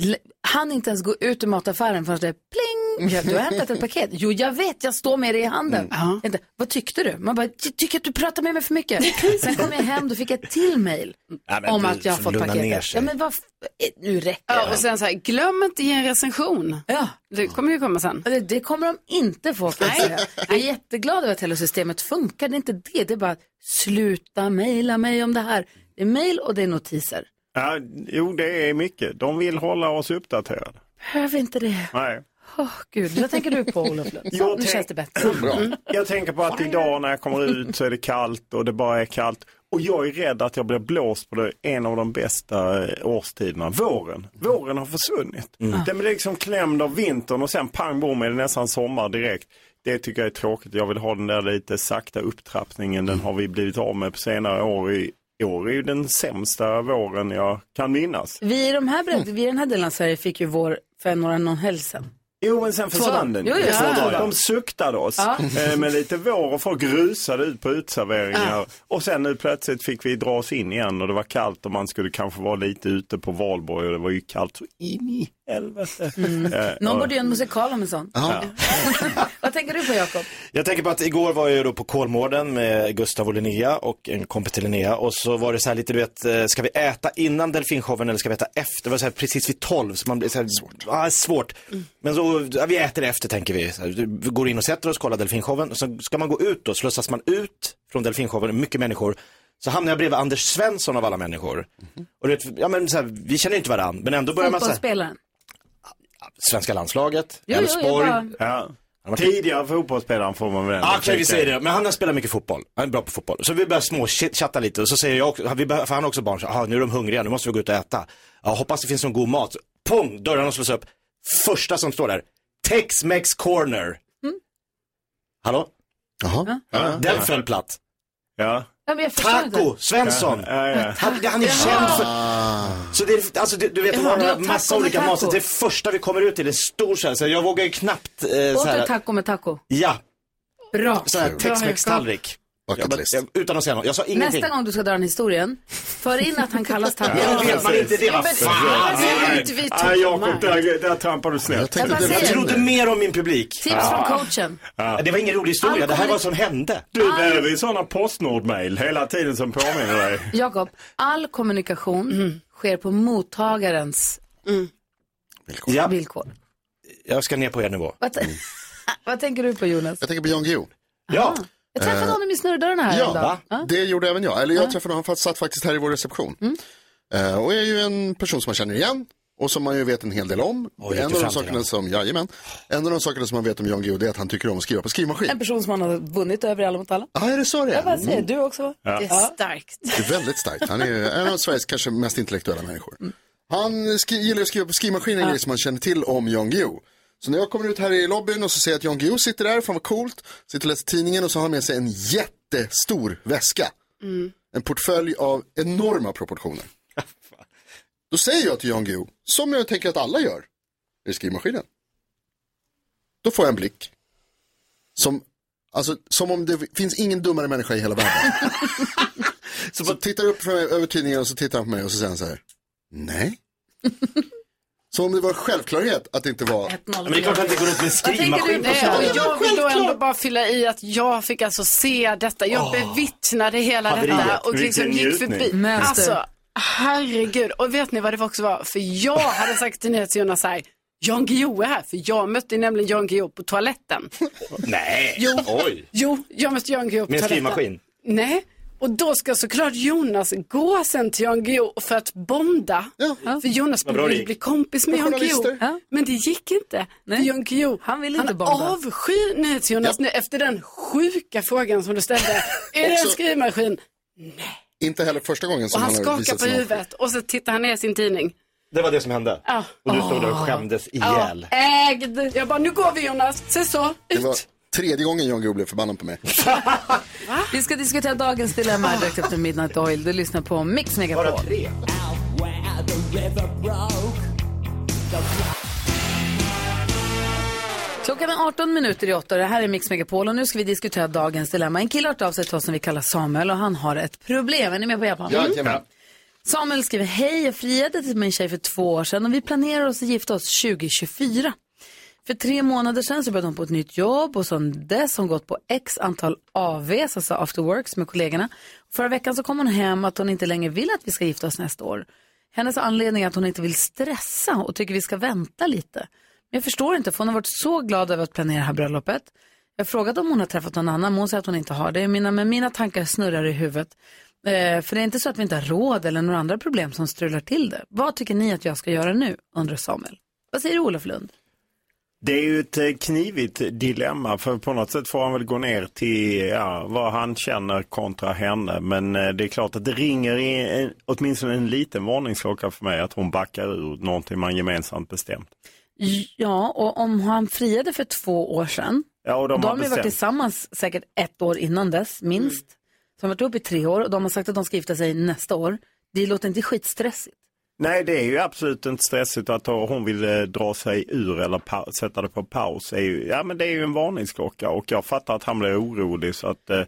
Speaker 1: L- Han inte ens gå ut ur mataffären förrän det är pling.
Speaker 3: Mm.
Speaker 1: Ja, du har hämtat ett paket. Jo, jag vet, jag står med det i handen. Inte, Vad tyckte du? Man bara, jag tycker att du pratar med mig för mycket. Sen kom jag hem, då fick jag ett till mejl
Speaker 3: Ja, men
Speaker 1: om
Speaker 3: du
Speaker 1: att jag har
Speaker 3: får
Speaker 1: fått
Speaker 3: lugna ner
Speaker 1: paketet.
Speaker 3: sig.
Speaker 1: Ja, men vad, f- eh, nu räcker
Speaker 3: Ja, och sen så här, glöm inte ge en recension.
Speaker 1: Ja.
Speaker 3: Det kommer ju komma sen.
Speaker 1: Det, det kommer de inte få, kan jag säga. Jag är jätteglad över att hela systemet funkar. Det är inte det, det är bara sluta mejla mig om det här. Det är mejl och det är notiser.
Speaker 9: Ja, jo, det är mycket. De vill hålla oss uppdaterade.
Speaker 1: Behöver inte det.
Speaker 9: Nej.
Speaker 1: Åh, gud. Vad tänker du på, Olof Lund? Så,
Speaker 9: Jag
Speaker 1: Nu
Speaker 9: tänk-
Speaker 1: känns det bättre. Mm.
Speaker 9: Jag tänker på att idag när jag kommer ut så är det kallt och det bara är kallt. Och jag är rädd att jag blir blåst på det, en av de bästa eh, årstiderna, våren. Våren har försvunnit. Den blir liksom klämd av vintern och sen pang bom är det nästan sommar direkt. Det tycker jag är tråkigt. Jag vill ha den där lite sakta upptrappningen. Den har vi blivit av med på senare år. I år är ju den sämsta våren jag kan minnas.
Speaker 1: Vi i, de här, bredd- vi i den här delen av Sverige fick ju vår för några någon helg sedan.
Speaker 9: Jo, men sen försvann den.
Speaker 1: Jo, jo,
Speaker 9: Så
Speaker 1: ja.
Speaker 9: De suktade oss
Speaker 1: Ja.
Speaker 9: eh, med lite vår och folk rusade ut på utserveringar. Och sen nu plötsligt fick vi dra oss in igen och det var kallt och man skulle kanske vara lite ute på valborg och det var ju kallt så in i helvete.
Speaker 2: Eh,
Speaker 1: Mm. Någon
Speaker 2: ja.
Speaker 1: borde göra en musikal om en sån.
Speaker 2: Ja.
Speaker 1: Vad tänker du på Jakob?
Speaker 2: Jag tänker på att igår var jag ju då på Kolmården med Gustav och Linnea och en kompis till Linnea och så var det så här lite du vet, eh, ska vi äta innan delfinshowen eller ska vi äta efter? Det var så här precis vid tolv så man blir så här, svårt. Ah, svårt. Men så, ja, vi äter efter tänker vi. Så här, vi går in och sätter oss, kollar delfinshowen och så ska man gå ut då, slussas man ut från delfinshowen, mycket människor. Så hamnar jag bredvid Anders Svensson av alla människor. Och du vet, ja men så här, vi känner ju inte varandra men ändå börjar man så här,
Speaker 1: Fotbollsspelaren.
Speaker 2: svenska
Speaker 1: Jo,
Speaker 2: landslaget,
Speaker 1: jo, jag
Speaker 2: Elfsborg.
Speaker 1: bara-
Speaker 2: Tidigare fotbollsspelaren får man väl
Speaker 9: ändå
Speaker 2: Okej, vi
Speaker 9: tänka.
Speaker 2: säger det. Men han har spelat mycket fotboll. Han är bra på fotboll. Så vi börjar småchatta lite och så säger jag också, vi börjar, för han har också barn, så, "Ah, nu är de hungriga, nu måste vi gå ut och äta. Ja, hoppas det finns någon god mat. Pong, dörrarna slås upp. Första som står där, Tex-Mex Corner.
Speaker 1: Mm.
Speaker 2: Hallå?
Speaker 4: Jaha.
Speaker 2: Den föll platt.
Speaker 9: Ja.
Speaker 1: Ja, men jag förstår
Speaker 2: Taco
Speaker 1: det.
Speaker 2: Svensson!
Speaker 9: Ja, ja, ja.
Speaker 2: Han, han är känd för... Så det är, alltså, du, du vet,
Speaker 1: Jaha,
Speaker 2: hon har
Speaker 1: det är
Speaker 2: en massa
Speaker 1: taco med
Speaker 2: olika
Speaker 1: taco.
Speaker 2: matsätt. Det första vi kommer ut till är en stor så här, så jag vågar ju knappt... Eh, så
Speaker 1: Åt du
Speaker 2: här,
Speaker 1: taco med taco?
Speaker 2: Ja,
Speaker 1: Bra.
Speaker 2: sån här
Speaker 1: Bra,
Speaker 2: tex-mex-tallrik. Jag bara- jag- Utan att säga något, jag sa ingenting.
Speaker 1: Nästa gång du ska dra den historien, för in att han kallas taco.
Speaker 2: Ja, det vet man inte det, vad fan!
Speaker 9: Nej, Jakob, där, där trampar du snett.
Speaker 1: tänkte Jag bara att det var-
Speaker 2: Jag
Speaker 1: säger-
Speaker 2: trodde mer om min publik.
Speaker 1: Tips från coachen.
Speaker 2: Det var ingen rolig historia, det här var vad som hände.
Speaker 9: Du, det är ju sådana postnordmail hela tiden som påminner dig.
Speaker 1: Jakob, all kommunikation sker på mottagarens
Speaker 2: Ja.
Speaker 1: villkor.
Speaker 2: Jag ska ner på er nivå.
Speaker 1: Vad, t- Vad tänker du på Jonas?
Speaker 4: Jag tänker på Jan Guillou.
Speaker 2: Ja.
Speaker 1: Jag träffade honom i snurrdörrarna här en dag.
Speaker 4: Ja, det gjorde även jag. Eller jag träffade honom, han satt faktiskt här i vår reception.
Speaker 1: Mm.
Speaker 4: Eh, och är ju en person som man känner igen och som man ju vet en hel del om.
Speaker 2: Oj,
Speaker 4: en, av
Speaker 2: framtiden.
Speaker 4: de sakerna som, jajamän, en av de sakerna som man vet om Jan Guillou det är att han tycker om att skriva på skrivmaskin.
Speaker 1: En person som han har vunnit över i Alla mot alla.
Speaker 4: Ja, är det så det är?
Speaker 1: Jag bara säger,
Speaker 4: Mm.
Speaker 1: du också?
Speaker 4: Ja.
Speaker 1: Det är starkt.
Speaker 4: Det är väldigt starkt. Han är ju en av Sveriges kanske mest intellektuella människor.
Speaker 1: Mm.
Speaker 4: Han skri- gillar att skriva på skrivmaskinen grejer som man känner till om Jan Guillou. Så när jag kommer ut här i lobbyn och så ser jag att Jan Guillou sitter där, fan vad coolt, sitter och läser tidningen och så har han med sig en jättestor väska.
Speaker 1: Mm.
Speaker 4: En portfölj av enorma proportioner. Då säger jag till Jan Guillou, som jag tänker att alla gör, i skrivmaskinen. Då får jag en blick. Som, alltså, som om det finns ingen dummare människa i hela världen. så, tittar upp för mig, över tidningen och så tittar han på mig och så säger han så här. Nej. som om det var en självklarhet att det inte var.
Speaker 2: Men det är klart att det går ut med en
Speaker 3: Vad tänker du?
Speaker 2: skrivmaskin på
Speaker 3: Nej,
Speaker 2: stan.
Speaker 3: och jag vill då ändå bara fylla i att jag fick alltså se detta. Jag bevittnade hela detta
Speaker 2: Haveriet.
Speaker 3: och liksom
Speaker 2: Vilken
Speaker 3: gick förbi.
Speaker 2: njutning. Mönster.
Speaker 3: Alltså, herregud. Och vet ni vad det också var? För jag hade sagt till nyhets Jonas så här, Jan Guillou är här, för jag mötte nämligen Jan Guillou på toaletten.
Speaker 2: Nej, oj.
Speaker 3: Jo, jag mötte Jan Guillou på
Speaker 2: Med en
Speaker 3: toaletten.
Speaker 2: skrivmaskin.
Speaker 3: Nej, och då ska såklart Jonas gå sen till Jan Guillou för att bonda. För Jonas
Speaker 2: Vad bra det
Speaker 3: ville
Speaker 2: gick.
Speaker 3: bli kompis med
Speaker 2: Vad
Speaker 3: Jan
Speaker 2: journalister.
Speaker 3: Guillou. Men det gick inte. För Jan Guillou, han vill
Speaker 1: inte bonda.
Speaker 3: avskyr NyhetsJonas nu efter den sjuka frågan som du ställde. är det en
Speaker 4: Också-
Speaker 3: skrivmaskin?
Speaker 4: Inte heller första gången
Speaker 3: Och
Speaker 4: som
Speaker 3: han
Speaker 4: han, har
Speaker 3: skakar
Speaker 4: visat
Speaker 3: på
Speaker 4: sin
Speaker 3: huvudet och så tittar han ner i sin tidning.
Speaker 2: Det var det som hände.
Speaker 3: Ja.
Speaker 2: Och du stod där och
Speaker 1: Ah.
Speaker 2: skämdes ihjäl.
Speaker 3: Ja, ägd. Jag bara, nu går vi Jonas. Se så.
Speaker 4: Det var tredje gången Jan Guillou blev förbannad på mig.
Speaker 1: Vi ska diskutera dagens dilemma här direkt efter Midnight Oil. Du lyssnar på Mix Megapol. Klockan är 18 minuter i 8 det här är Mix Megapol och nu ska vi diskutera dagens dilemma. En kille har hört av sig till oss som vi kallar Samuel och han har ett problem. Är ni med på hjälpen?
Speaker 4: Jajamän.
Speaker 1: Samuel skriver, hej jag friade till min tjej för två år sedan och vi planerar oss att gifta oss 2024. För tre månader sedan så började hon på ett nytt jobb och sedan dess har hon gått på x antal AVs, alltså after works med kollegorna. Förra veckan så kom hon hem att hon inte längre vill att vi ska gifta oss nästa år. Hennes anledning är att hon inte vill stressa och tycker vi ska vänta lite. Men jag förstår inte, för hon har varit så glad över att planera det här bröllopet. Jag frågade om hon har träffat någon annan, men hon säger att hon inte har det. Mina, men mina tankar snurrar i huvudet. Eh, för det är inte så att vi inte har råd eller några andra problem som strular till det. Vad tycker ni att jag ska göra nu, undrar Samuel. Vad säger du, Olof Lund?
Speaker 9: Det är ju ett eh, knivigt dilemma för på något sätt får han väl gå ner till ja, vad han känner kontra henne. Men eh, det är klart att det ringer i, en, åtminstone en liten varningsklocka för mig att hon backar ur någonting man gemensamt bestämt.
Speaker 1: Ja, och om han friade för två år sedan,
Speaker 9: Ja, och de har
Speaker 1: ju varit
Speaker 9: bestämt.
Speaker 1: tillsammans säkert ett år innan dess, minst. Så de har varit ihop i tre år och de har sagt att de ska gifta sig nästa år. Det låter inte skitstressigt.
Speaker 9: Nej, det är ju absolut inte stressigt att hon vill eh, dra sig ur eller pa- sätta det på paus. Är ju, ja, men det är ju en varningsklocka och jag fattar att han blir orolig så att eh,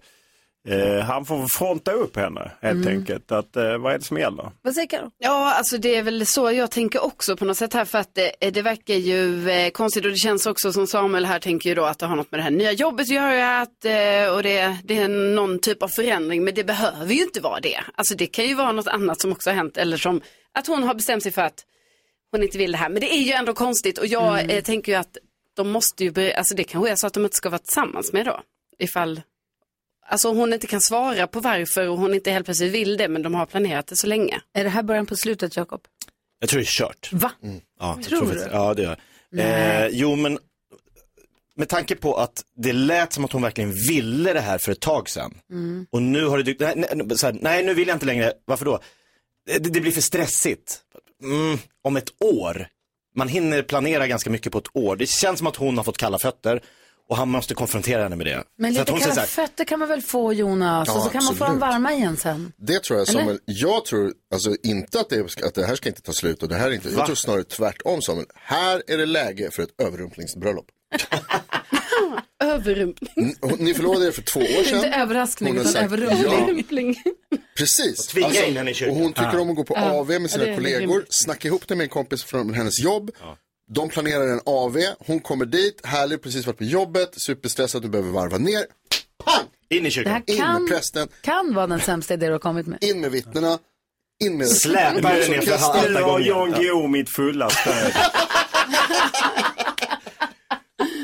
Speaker 9: Eh, han får fronta upp henne helt
Speaker 3: Mm.
Speaker 9: enkelt. Att, eh, vad är det som gäller?
Speaker 1: Vad säger Karo?
Speaker 3: Ja, alltså det är väl så jag tänker också på något sätt här för att det, det verkar ju eh, konstigt och det känns också som Samuel här tänker ju då att det har något med det här nya jobbet att göra att, eh, och det, det är någon typ av förändring men det behöver ju inte vara det. Alltså det kan ju vara något annat som också har hänt eller som att hon har bestämt sig för att hon inte vill det här men det är ju ändå konstigt och jag
Speaker 1: Mm.
Speaker 3: eh, tänker ju att de måste ju, be- alltså det kanske är så att de inte ska vara tillsammans med då ifall Alltså hon inte kan svara på varför och hon inte helt plötsligt vill det men de har planerat det så länge.
Speaker 1: Är det här början på slutet Jakob?
Speaker 2: Jag tror det är kört. Mm.
Speaker 1: Va?
Speaker 2: Ja, jag
Speaker 1: Tror du?
Speaker 2: faktiskt- Ja, det gör jag.
Speaker 1: Nej.
Speaker 2: Eh, jo, men med tanke på att det lät som att hon verkligen ville det här för ett tag sedan.
Speaker 5: Mm.
Speaker 2: Och nu har det dykt, nej, nej, så här, nej nu vill jag inte längre, varför då? Det, det blir för stressigt. Mm, om ett år, man hinner planera ganska mycket på ett år. Det känns som att hon har fått kalla fötter och han måste konfrontera henne med det.
Speaker 1: Men
Speaker 2: så att
Speaker 1: lite
Speaker 2: hon säger så
Speaker 1: kalla
Speaker 2: här,
Speaker 1: fötter kan man väl få Jonas?
Speaker 4: Ja,
Speaker 1: och så kan man få dem
Speaker 4: absolut.
Speaker 1: varma igen sen.
Speaker 4: Det tror jag
Speaker 1: Eller?
Speaker 4: Samuel. Jag tror alltså inte att det, att det här ska inte ta slut och det här är inte.
Speaker 2: Va?
Speaker 4: Jag tror snarare tvärtom Samuel. Här är det läge för ett överrumplingsbröllop.
Speaker 3: Ah, Överrumpling.
Speaker 4: N- hon- Ni förlovade er för två år sedan.
Speaker 1: Mm. Inte överraskning
Speaker 4: Hon har
Speaker 1: utan
Speaker 4: sagt Ja,
Speaker 3: överrumpling.
Speaker 4: precis. Alltså,
Speaker 2: Och tvinga in henne i kyrkan.
Speaker 4: Och hon tycker
Speaker 2: Ah.
Speaker 4: om att gå på
Speaker 2: Ja.
Speaker 4: AV
Speaker 2: Ja,
Speaker 4: med sina
Speaker 2: det är
Speaker 4: kollegor.
Speaker 2: rimligt.
Speaker 4: Snacka ihop det med en kompis från hennes jobb. De planerar en AV. Hon kommer dit. Härlig, precis varit på jobbet. Superstressad, du behöver varva ner. Pang!
Speaker 2: In i
Speaker 1: Det här
Speaker 4: In
Speaker 1: kan-
Speaker 4: med prästen.
Speaker 1: Kan vara den sämsta idé du har kommit med.
Speaker 4: In med vittnena. In med
Speaker 2: Släpar henne ner för halta
Speaker 9: Nu har
Speaker 2: gången.
Speaker 9: Jan Guillou mitt fulla stöd.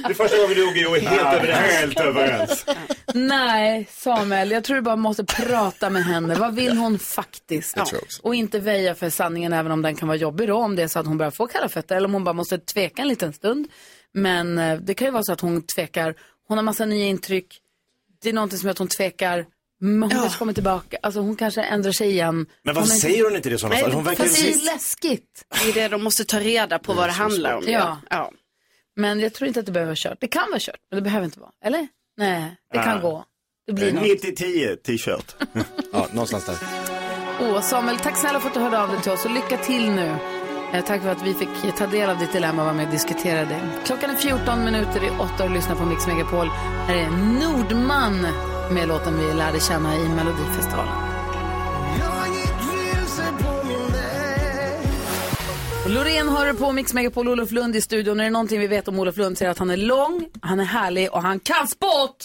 Speaker 2: det är första gången du och Guillou är helt
Speaker 9: Ja,
Speaker 2: överens.
Speaker 9: helt överens.
Speaker 1: Nej, Samuel, jag tror du bara måste prata med henne. Vad vill hon faktiskt?
Speaker 4: Jag tror också.
Speaker 1: Och inte väja för sanningen även om den kan vara jobbig då, om det är så att hon börjar få kalla fötter eller om hon bara måste tveka en liten stund. Men eh, det kan ju vara så att hon tvekar, hon har massa nya intryck, det är någonting som gör att hon tvekar, men hon kanske kommer tillbaka, alltså hon kanske ändrar sig igen.
Speaker 2: Men varför
Speaker 1: är
Speaker 2: säger hon inte det i sådana
Speaker 1: Nej,
Speaker 2: fall? Hon verkar
Speaker 1: fast
Speaker 2: ju-
Speaker 1: det är läskigt.
Speaker 3: Det är det de måste ta reda på vad det handlar om.
Speaker 1: Ja.
Speaker 3: ja.
Speaker 1: Men jag tror inte att det behöver vara kört. Det kan vara kört, men det behöver inte vara. Eller? Nej, det kan
Speaker 9: Nej.
Speaker 1: gå. Det blir något.
Speaker 9: 90-10 t-shirt.
Speaker 2: ja, någonstans där.
Speaker 1: Åh, Samuel, tack snälla för att du hörde av dig till oss och lycka till nu. Eh, tack för att vi fick ta del av ditt dilemma och vara med och diskutera det. Klockan är 14 minuter i 8 och lyssnar på Mix Megapol. Här är Nordman med låten vi lärde känna i Melodifestivalen. Och Loreen hör du på Mix Megapol Olof Lund i studion. Är det någonting vi vet om Olof Lund så är det att han är lång, han är härlig och han kan sport!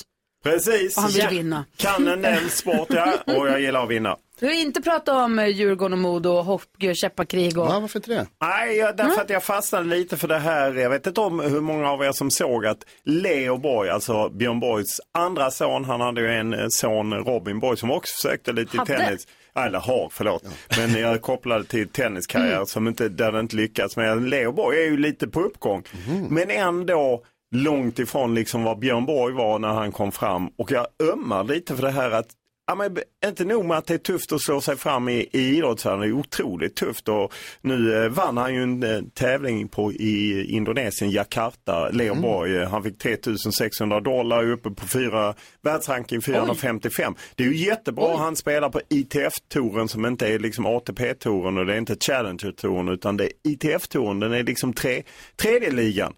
Speaker 9: Precis.
Speaker 1: Och han vill
Speaker 9: Ja.
Speaker 1: vinna.
Speaker 9: Kan en del sport, ja. Och jag gillar att vinna.
Speaker 1: Du vill inte prata om eh, Djurgården och Modo och hockey och käppakrig och...
Speaker 4: Ja, varför inte det?
Speaker 9: Nej, jag, därför att jag fastnade lite för det här. Jag vet inte om hur många av er som såg att Leo Borg, alltså Björn Borgs andra son, han hade ju en eh, son Robin Borg som också försökte lite
Speaker 10: Hade?
Speaker 9: i tennis. Eller har, förlåt. Men jag kopplade till tenniskarriär som inte, där det inte lyckats. Men Leo Borg är ju lite på uppgång. Men ändå långt ifrån liksom vad Björn Borg var när han kom fram. Och jag ömmar lite för det här att Ja, men inte nog med att det är tufft att slå sig fram i, i idrottsvärlden, det är otroligt tufft. Och nu eh, vann han ju en eh, tävling på, i Indonesien, Jakarta, Leo Borg. Eh, Han fick 3600 dollar och är uppe på fyra, världsranking 455. Det är ju jättebra. Han spelar på ITF-touren som inte är liksom ATP-touren och det är inte Challenger-touren utan det är ITF-touren. Den är liksom tre, tredje ligan.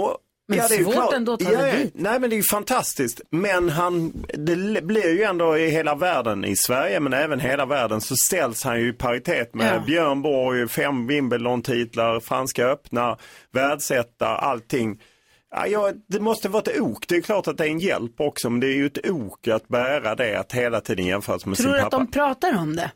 Speaker 9: Och,
Speaker 1: Men
Speaker 9: det är ju
Speaker 1: svårt ändå att ta sig dit.
Speaker 9: Nej men det är ju fantastiskt. Men han, det l- blir ju ändå i hela världen, i Sverige men även hela världen, så ställs han ju i paritet med
Speaker 10: Ja.
Speaker 9: Björn Borg, fem Wimbledon-titlar, Franska öppna, världsetta, allting. Ja, ja, det måste vara ett ok. Det är klart att det är en hjälp också, men det är ju ett ok att bära det, att hela tiden jämföras med
Speaker 1: Tror du
Speaker 9: sin
Speaker 1: att
Speaker 9: pappa.
Speaker 1: de pratar om det?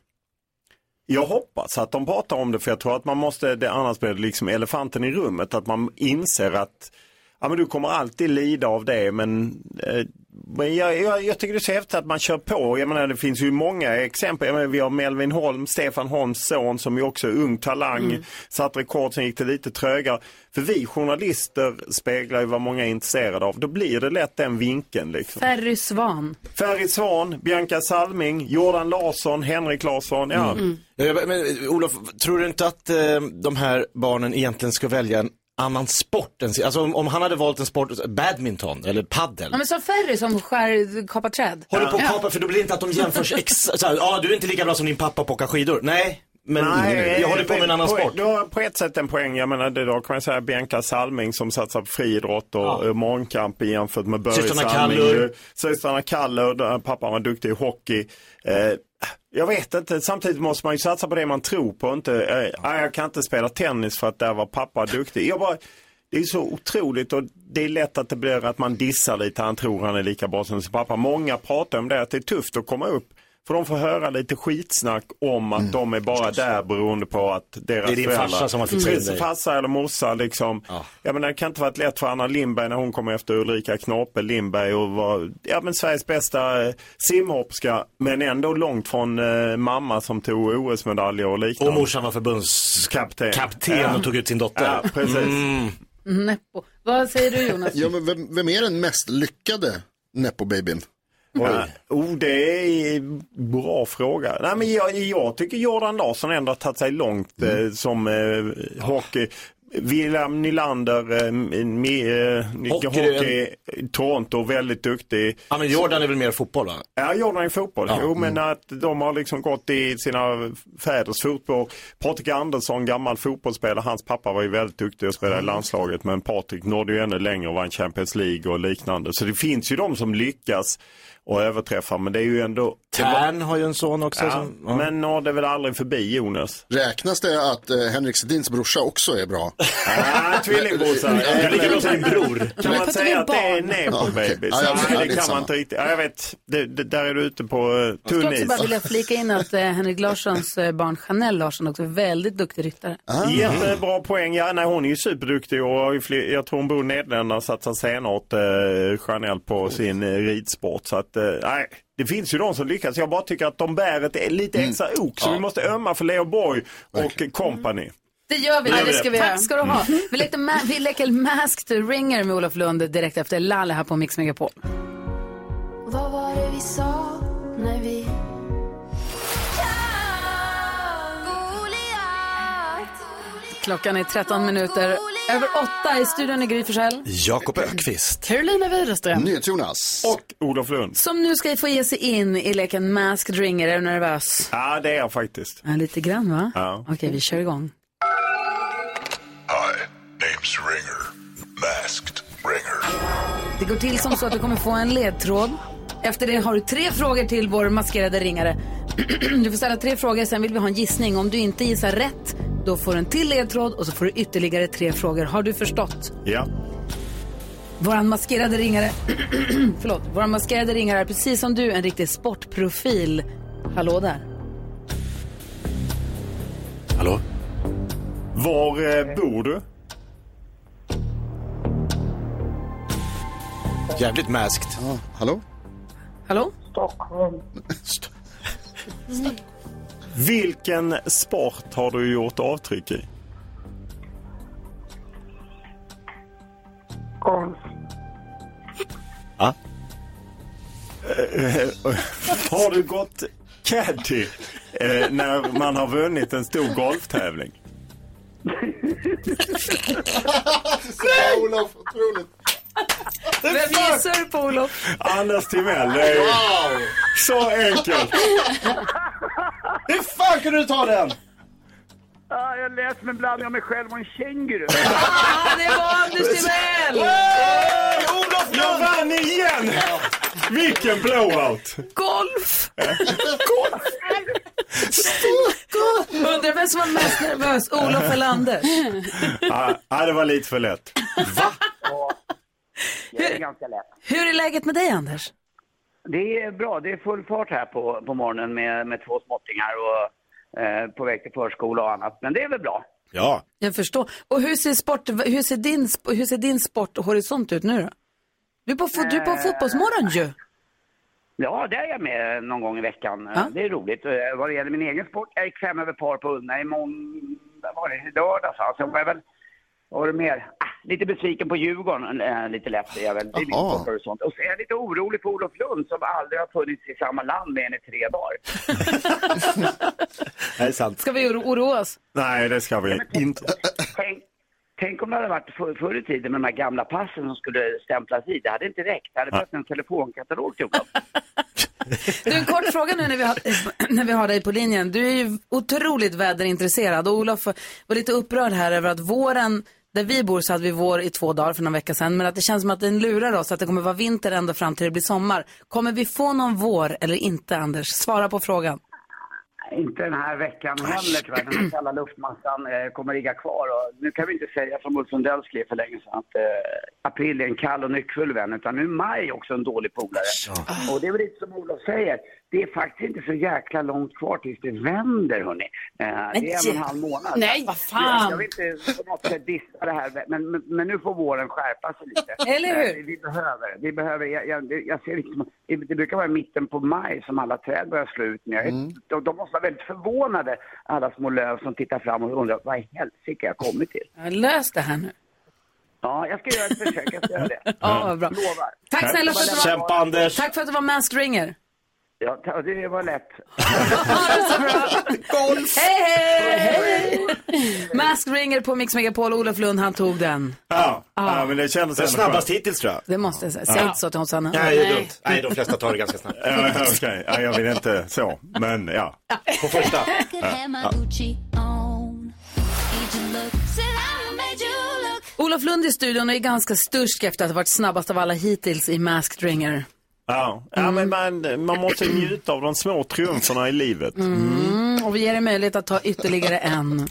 Speaker 9: Jag hoppas att de pratar om det för jag tror att man måste, det, annars blir det liksom elefanten i rummet, att man inser att ja, men du kommer alltid lida av det men, eh, men jag, jag, jag tycker det är så häftigt att man kör på. Jag menar det finns ju många exempel. Jag menar, vi har Melvin Holm, Stefan Holms son som ju också är ung talang,
Speaker 10: Mm.
Speaker 9: satt rekord som gick det lite trögare. För vi journalister speglar ju vad många är intresserade av. Då blir det lätt den vinkeln liksom.
Speaker 1: Ferry Svan.
Speaker 9: Ferry Svan, Bianca Salming, Jordan Larsson, Henrik Larsson. Ja.
Speaker 2: Mm.
Speaker 1: Mm.
Speaker 2: Ja, Eh, Men, Olof, tror du inte att eh, de här barnen egentligen ska välja en annan sport? Än, sin- alltså om, om han hade valt en sport, badminton eller paddel.
Speaker 1: Ja, men som Ferry som skär, kapar träd.
Speaker 2: Håller på att kapa, för då blir det inte att de jämförs ex- så här, ja ah, du är inte lika bra som din pappa på att åka skidor. Nej, Men jag håller på med en annan
Speaker 9: poäng-
Speaker 2: sport.
Speaker 9: Du har på ett sätt en poäng. Jag menar, det då kan man säga Bianca Salming som satsar på friidrott och
Speaker 2: Ja.
Speaker 9: ja. morgonkamp jämfört med Börje
Speaker 2: Systrarna
Speaker 9: Salming.
Speaker 2: Kallur.
Speaker 9: Systrarna Kallur, där pappan var duktig i hockey. Eh, jag vet inte, samtidigt måste man ju satsa på det man tror på. Inte, eh, "Ah, jag kan inte spela tennis för att där var pappa duktig. Jag bara, det är så otroligt och det är lätt att det blir att man dissar lite. Han tror han är lika bra som sin pappa. Många pratar om det, att det är tufft att komma upp. För de får höra lite skitsnack om
Speaker 2: Mm.
Speaker 9: att de är bara där beroende på att deras
Speaker 2: Det är din
Speaker 9: föräldrar-
Speaker 2: farsa som har fixat in
Speaker 9: Precis,
Speaker 2: dig.
Speaker 9: farsa eller morsa liksom. Jag menar, det kan inte varit lätt för Anna Lindberg när hon kom efter Ulrika Knape Lindberg och var ja, men Sveriges bästa eh, simhoppska men ändå långt från eh, mamma som tog OS-medaljer och liknande.
Speaker 2: Och morsan var förbundskapten kapten
Speaker 9: Ja.
Speaker 2: och tog ut sin dotter. Mm.
Speaker 9: Ja, precis.
Speaker 1: Näppo. Vad säger du Jonas?
Speaker 4: Ja, men vem, vem är den mest lyckade Nepo-babyn?
Speaker 9: Ja. Oh, det är en bra fråga. Nej, men jag, jag tycker Jordan Larsson ändå har tagit sig långt
Speaker 2: Mm.
Speaker 9: eh, som eh, hockey. William Nylander, eh, m- eh, hockey,
Speaker 2: Hockey är en-
Speaker 9: hockey Toronto, väldigt duktig.
Speaker 2: Ja, men Jordan är väl mer fotboll va?
Speaker 9: Ja, Jordan i fotboll.
Speaker 2: Ja.
Speaker 9: Jo, men
Speaker 4: mm.
Speaker 9: att de har liksom gått i sina fäders fotboll. Patrik Andersson, gammal fotbollsspelare, hans pappa var ju väldigt duktig och spelade i
Speaker 4: Mm.
Speaker 9: landslaget. Men Patrik nådde ju ännu längre och vann Champions League och liknande. Så det finns ju de som lyckas och överträffar, men det är ju ändå...
Speaker 2: Tern har ju en son också.
Speaker 9: Ja,
Speaker 2: som, ja.
Speaker 9: Men nådde väl aldrig förbi Jonas?
Speaker 4: Räknas det att eh, Henrik Sedins brorsa också är bra?
Speaker 9: Ah, tvillingbrorsan.
Speaker 4: Du är lika bra som din
Speaker 2: bror.
Speaker 9: Kan man säga att det är
Speaker 4: Ja,
Speaker 9: nepo
Speaker 4: okej.
Speaker 9: baby?
Speaker 4: Ja, ja,
Speaker 9: Nej,
Speaker 4: ja, det är
Speaker 9: det kan man
Speaker 4: samma.
Speaker 9: inte riktigt. Ja, jag vet, det, det, där är du ute på eh,
Speaker 1: Jag
Speaker 9: tunn
Speaker 1: skulle också bara
Speaker 9: is.
Speaker 1: vilja flika in att eh, Henrik Larssons eh, barn Chanel Larsson också är väldigt duktig ryttare.
Speaker 9: Jättebra poäng. Ja, nej, hon är ju superduktig och har ju fler, jag tror hon bor i Nederländerna och satsar senåt eh, Chanel på sin eh, ridsport. Så att, eh, nej, det finns ju de som lyckas. Jag bara tycker att de bär ett eh, lite
Speaker 1: Mm.
Speaker 9: extra ok. Så vi måste ömma för Leo Borg och eh, company.
Speaker 1: Det gör vi.
Speaker 9: Det gör vi
Speaker 1: det ska
Speaker 9: det.
Speaker 1: vi Tack ska du ha. Vi leker, ma- vi leker Mask to Ringer med Olof Lund direkt efter Lalle här på Mix Megapol.
Speaker 5: Vad var det vi sa när vi...
Speaker 1: Klockan är 13 minuter över 8 i studion i Gry Forssell.
Speaker 2: Jakob Ökvist.
Speaker 1: Carolina Widerström.
Speaker 4: Jonas.
Speaker 9: Och Olof Lund.
Speaker 1: Som nu ska få ge sig in i leken Mask Ringer. Är du nervös?
Speaker 9: Ja, det är jag faktiskt.
Speaker 1: Ja, lite grann va?
Speaker 9: Ja.
Speaker 1: Okej, vi kör igång.
Speaker 10: Hi, name's Ringer. Masked Ringer.
Speaker 1: Det går till som så att du kommer få en ledtråd. Efter det har du tre frågor till vår maskerade ringare. Du får ställa tre frågor, sen vill vi ha en gissning. Om du inte gissar rätt, då får du en till ledtråd och så får du ytterligare tre frågor. Har du förstått?
Speaker 9: Ja.
Speaker 1: Våran maskerade ringare, förlåt, våran maskerade ringare är precis som du en riktig sportprofil. Hallå där.
Speaker 2: Hallå?
Speaker 9: Var eh, bor du?
Speaker 2: Jävligt masked.
Speaker 4: hallå?
Speaker 1: Hallå?
Speaker 11: Stockholm.
Speaker 9: Vilken sport har du gjort avtryck i?
Speaker 11: Golf.
Speaker 9: Ja. Eh, har du gått caddy eh, när man har vunnit en stor golftävling?
Speaker 4: Nej! Olof, otroligt.
Speaker 1: Vem gissar du på Olof?
Speaker 9: Anders Timell. Det är ju
Speaker 4: Wow!
Speaker 9: så enkelt. Hur fan kunde du ta den?
Speaker 11: Ah, jag lät som en blandning av mig själv och en känguru.
Speaker 1: Ah, det var Anders Timell!
Speaker 9: Olof Jag vann igen! Vilken blowout!
Speaker 1: Golf! Golf! Undrar vem som var mest nervös, Olof eller Anders?
Speaker 9: Ja, ja, Ah, det var lite för lätt.
Speaker 11: Det är ganska lätt.
Speaker 1: Hur är läget med dig Anders?
Speaker 11: Det är bra. Det är full fart här på, på morgonen med, med två småttingar och eh, på väg till förskola och annat. Men det är väl bra.
Speaker 2: Ja.
Speaker 1: Jag förstår. Och hur ser, sport, hur ser, din, sp- hur ser din sporthorisont ut nu då? Du är på, fo- du är på
Speaker 11: Eh.
Speaker 1: fotbollsmorgon ju.
Speaker 11: Ja, där är jag med någon gång i veckan.
Speaker 1: Ja.
Speaker 11: Det är roligt. Eh, Vad det gäller min egen sport, jag gick fem över par på Unna i mån... vad var det? I lördags. Alltså, jag var väl... Vad var det mer? Ah, Lite besviken på Djurgården, eh, lite lätt är jag väl. Det är min
Speaker 4: Jaha.
Speaker 11: sporthorisont. Och så är jag lite orolig för Olof Lund som aldrig har funnits i samma land mer än i tre dagar.
Speaker 9: Det är sant.
Speaker 1: Ska vi oro- oroa oss?
Speaker 9: Nej, det ska vi inte.
Speaker 11: Tänk, tänk om det hade varit för, förr i tiden med de här gamla passen som skulle stämplas i. Det hade inte räckt. Det hade behövts en telefonkatalog till Olof.
Speaker 1: Du, en kort fråga nu när vi, har, när vi har dig på linjen. Du är ju otroligt väderintresserad och Olof var lite upprörd här över att våren, där vi bor så hade vi vår i två dagar för några veckor sedan, men att det känns som att den lurar oss, att det kommer vara vinter ända fram till det blir sommar. Kommer vi få någon vår eller inte, Anders? Svara på frågan.
Speaker 11: Inte den här veckan heller tyvärr. Den här kalla luftmassan eh, kommer ligga kvar. Och nu kan vi inte säga som Ulf Sundell skrev för länge sedan att eh, april är en kall och nyckfull vän. Utan nu är maj också en dålig polare. Och det är väl lite som Olof säger. Det är faktiskt inte så jäkla långt kvar tills det vänder hörni. Eh, det är en och en halv månad.
Speaker 1: Nej, vad fan.
Speaker 11: Jag vill inte på något sätt dissa det här. Men, men, men nu får våren skärpa sig lite.
Speaker 1: Eller hur?
Speaker 11: Eh, Vi behöver, vi behöver jag, jag, jag ser liksom, det brukar vara i mitten på maj som alla träd börjar slå ut. Men jag är
Speaker 4: Mm.
Speaker 11: de, de måste vara väldigt förvånade, alla små löv som tittar fram och undrar vad i helsike jag kommit till.
Speaker 1: Lös det här nu.
Speaker 11: Ja, jag ska göra ett försök, jag ska göra det.
Speaker 1: Ja, vad bra.
Speaker 11: Lovar.
Speaker 1: Tack snälla för att du
Speaker 2: Kämpa, Anders.
Speaker 1: Tack för att du var med och stringer.
Speaker 11: Ja, ta- det var lätt.
Speaker 1: Golf! Hej, hej! Mask ringer på Mix Megapol. Olof Lund, han tog den.
Speaker 9: Ja,
Speaker 1: Ah.
Speaker 9: ja Ah, men det kändes
Speaker 2: Det är
Speaker 9: ändå
Speaker 2: snabbast
Speaker 9: skönt.
Speaker 2: hittills tror jag.
Speaker 1: Det måste jag säga. Säg
Speaker 9: Ja.
Speaker 1: inte så till Hosanna.
Speaker 2: Nej, det är dumt. Nej, de flesta tar det ganska snabbt.
Speaker 9: Ja, Okej, ja, jag vill inte så, men ja.
Speaker 1: Eh,
Speaker 2: På första.
Speaker 5: could have my Gucci on. Need you look. Said I made you look.
Speaker 1: Olof Lund i studion och är ganska stursk efter att ha varit snabbast av alla hittills i Masked Ringer.
Speaker 9: Ja, ja men man, man måste njuta av de små triumferna i livet.
Speaker 1: Mm, och vi ger dig möjlighet att ta ytterligare en.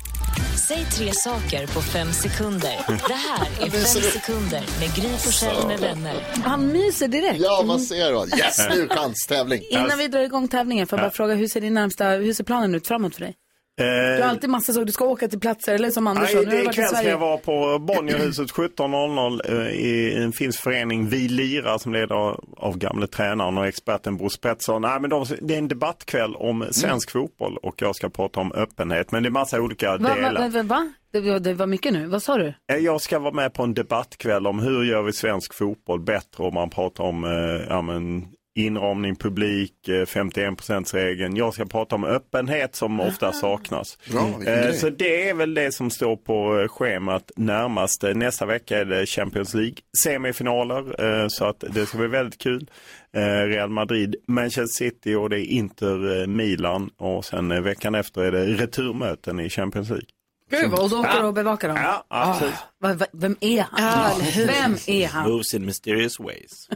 Speaker 6: Säg tre saker på fem sekunder. Det här är
Speaker 1: Ja, det är så
Speaker 6: Fem
Speaker 1: roligt.
Speaker 6: sekunder med Gry Forssell med vänner.
Speaker 1: Han myser direkt. Mm.
Speaker 4: Ja, man ser då. Yes,
Speaker 9: Mm.
Speaker 4: nu är chanstävling.
Speaker 1: Innan vi drar igång tävlingen, får jag bara
Speaker 4: Ja.
Speaker 1: fråga, hur ser din närmsta, hur ser planen ut framåt för dig? Du har alltid massa saker, du ska åka till platser, eller som Anders sa,
Speaker 9: Eh, Nej,
Speaker 1: nu har
Speaker 9: det
Speaker 1: du
Speaker 9: är
Speaker 1: varit i
Speaker 9: kväll ska jag
Speaker 1: Sverige.
Speaker 9: vara på Bonnierhuset 17.00 eh, i en finsk förening, Vi lirar, som leder av- av gamle tränaren och experten Bo Spetsson. Nej, men de, det är en debattkväll om svensk
Speaker 1: Mm.
Speaker 9: fotboll och jag ska prata om öppenhet, men det är massa olika
Speaker 1: Va, va, va,
Speaker 9: delar.
Speaker 1: va, va? Det, var- det var mycket nu, vad sa du?
Speaker 9: Eh, Jag ska vara med på en debattkväll om hur gör vi svensk fotboll bättre om man pratar om eh, ja, men inramning, publik, eh, 51%-regeln. Jag ska prata om öppenhet som ofta saknas.
Speaker 4: Bra, vilken
Speaker 9: Eh,
Speaker 4: grej.
Speaker 9: så det är väl det som står på eh, schemat närmast. Eh, Nästa vecka är det Champions League semifinaler eh, så att det ska bli väldigt kul. Eh, Real Madrid, Manchester City och det är Inter eh, Milan och sen eh, veckan efter är det returmöten i Champions League.
Speaker 1: Gud, vad- och då åker
Speaker 9: Ja.
Speaker 1: du och bevakar dem?
Speaker 9: Ja, ja,
Speaker 1: Ah,
Speaker 9: precis.
Speaker 1: va, va, vem är han? Vem är han?
Speaker 2: Moves in mysterious ways.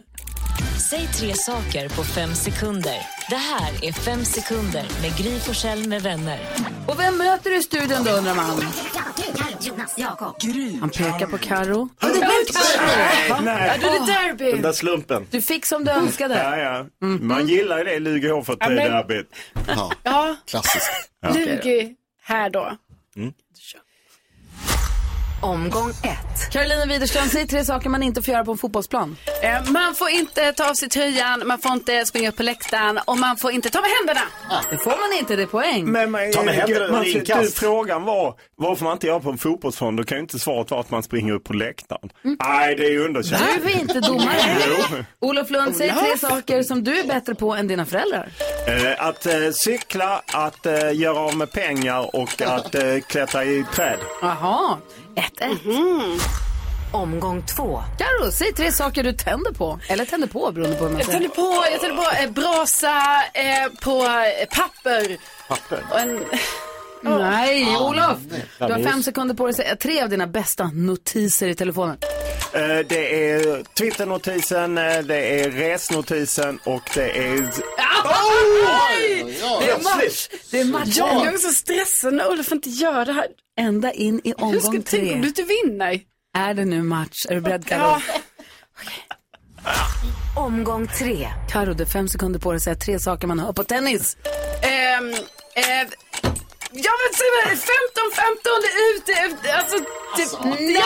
Speaker 6: Säg tre saker på fem sekunder. Det här är Fem sekunder med Gry Forssell med vänner.
Speaker 1: Och vem möter du i studion då undrar man?
Speaker 6: Jonas, Jakob.
Speaker 1: Han pekar på Karo.
Speaker 9: Nej.
Speaker 1: Ja, det är
Speaker 2: Den där
Speaker 1: derby.
Speaker 2: slumpen.
Speaker 1: Du fick som du önskade.
Speaker 9: Ja, ja. Man gillar ju det i Luleå för att
Speaker 3: Ja,
Speaker 9: det
Speaker 3: men-
Speaker 9: är derbyt. Ja,
Speaker 3: Ja,
Speaker 9: klassiskt.
Speaker 3: Lugi här då.
Speaker 6: Omgång ett.
Speaker 1: Carolina Widerström, säg tre saker man inte får göra på en fotbollsplan.
Speaker 3: Eh, Man får inte ta av sig tröjan, man får inte springa upp på läktaren och man får inte ta med händerna.
Speaker 1: Ah. Det får man inte, det är poäng.
Speaker 9: Men man,
Speaker 2: Ta med händerna
Speaker 9: man,
Speaker 2: under
Speaker 9: du,
Speaker 2: inkast.
Speaker 9: Frågan var varför man inte gör på en fotbollsfond. Då kan ju inte svaret vara att man springer upp på läktaren. Nej, det är ju underkänt.
Speaker 1: Du är inte domare.
Speaker 9: Jo.
Speaker 1: Olof Lund, säg
Speaker 3: Olof.
Speaker 1: tre saker som du är bättre på än dina föräldrar.
Speaker 9: Eh, att eh, cykla, att eh, göra av med pengar och att eh, klättra i träd.
Speaker 1: Jaha, 1-1.
Speaker 6: Omgång två.
Speaker 1: Karo, säg tre saker du tänder på. Eller tänder på beroende på hur man
Speaker 3: Jag
Speaker 1: säger.
Speaker 3: tänder på, jag tänder på eh, brasa eh, på eh, papper. Papper? Och en...
Speaker 1: Nej,
Speaker 3: Ah,
Speaker 1: Olof! Du har
Speaker 9: Dammljus.
Speaker 1: fem sekunder på dig att säga tre av dina bästa notiser i telefonen.
Speaker 9: Eh, det är Twitternotisen, eh, det är resnotisen och det är...
Speaker 3: Oj!
Speaker 1: Det är match! Det är match.
Speaker 3: Ja, jag är så stressad när Olof inte gör det här.
Speaker 1: Ända in i
Speaker 3: Hur ska
Speaker 1: omgång
Speaker 3: jag tänka om
Speaker 1: tre.
Speaker 3: du inte vinner?
Speaker 1: Är det nu match? Är du beredd Karo?
Speaker 3: Ja.
Speaker 6: Omgång tre.
Speaker 1: Karo, du har fem sekunder på dig att säga tre saker man hör på tennis.
Speaker 3: Ehm, eh, jag vet inte, 15, 15 är ute. eh, Alltså, typ, nej!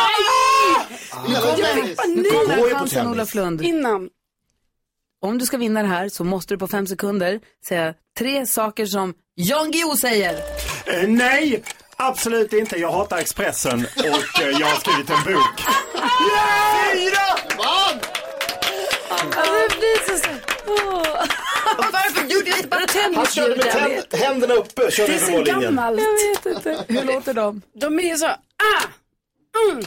Speaker 1: Nu kommer-
Speaker 3: jag
Speaker 1: nu
Speaker 3: fick panik.
Speaker 1: kommer Gå ju på chansen, tennis. Olof Lund.
Speaker 3: Innan.
Speaker 1: Om du ska vinna det här så måste du på fem sekunder säga tre saker som Jan Guillou säger.
Speaker 9: Eh, nej, absolut inte. Jag hatar Expressen och eh, jag har skrivit en bok.
Speaker 4: Fyra! Vann!
Speaker 3: Det blir så så. Åh. Varför gjorde jag inte bara
Speaker 2: Han
Speaker 3: tennis?
Speaker 2: körde med tänd- händerna uppe. Körde
Speaker 3: Det är
Speaker 2: över
Speaker 3: så
Speaker 2: mållinjen.
Speaker 3: gammalt.
Speaker 1: Hur låter de?
Speaker 3: De är så, ah, mm,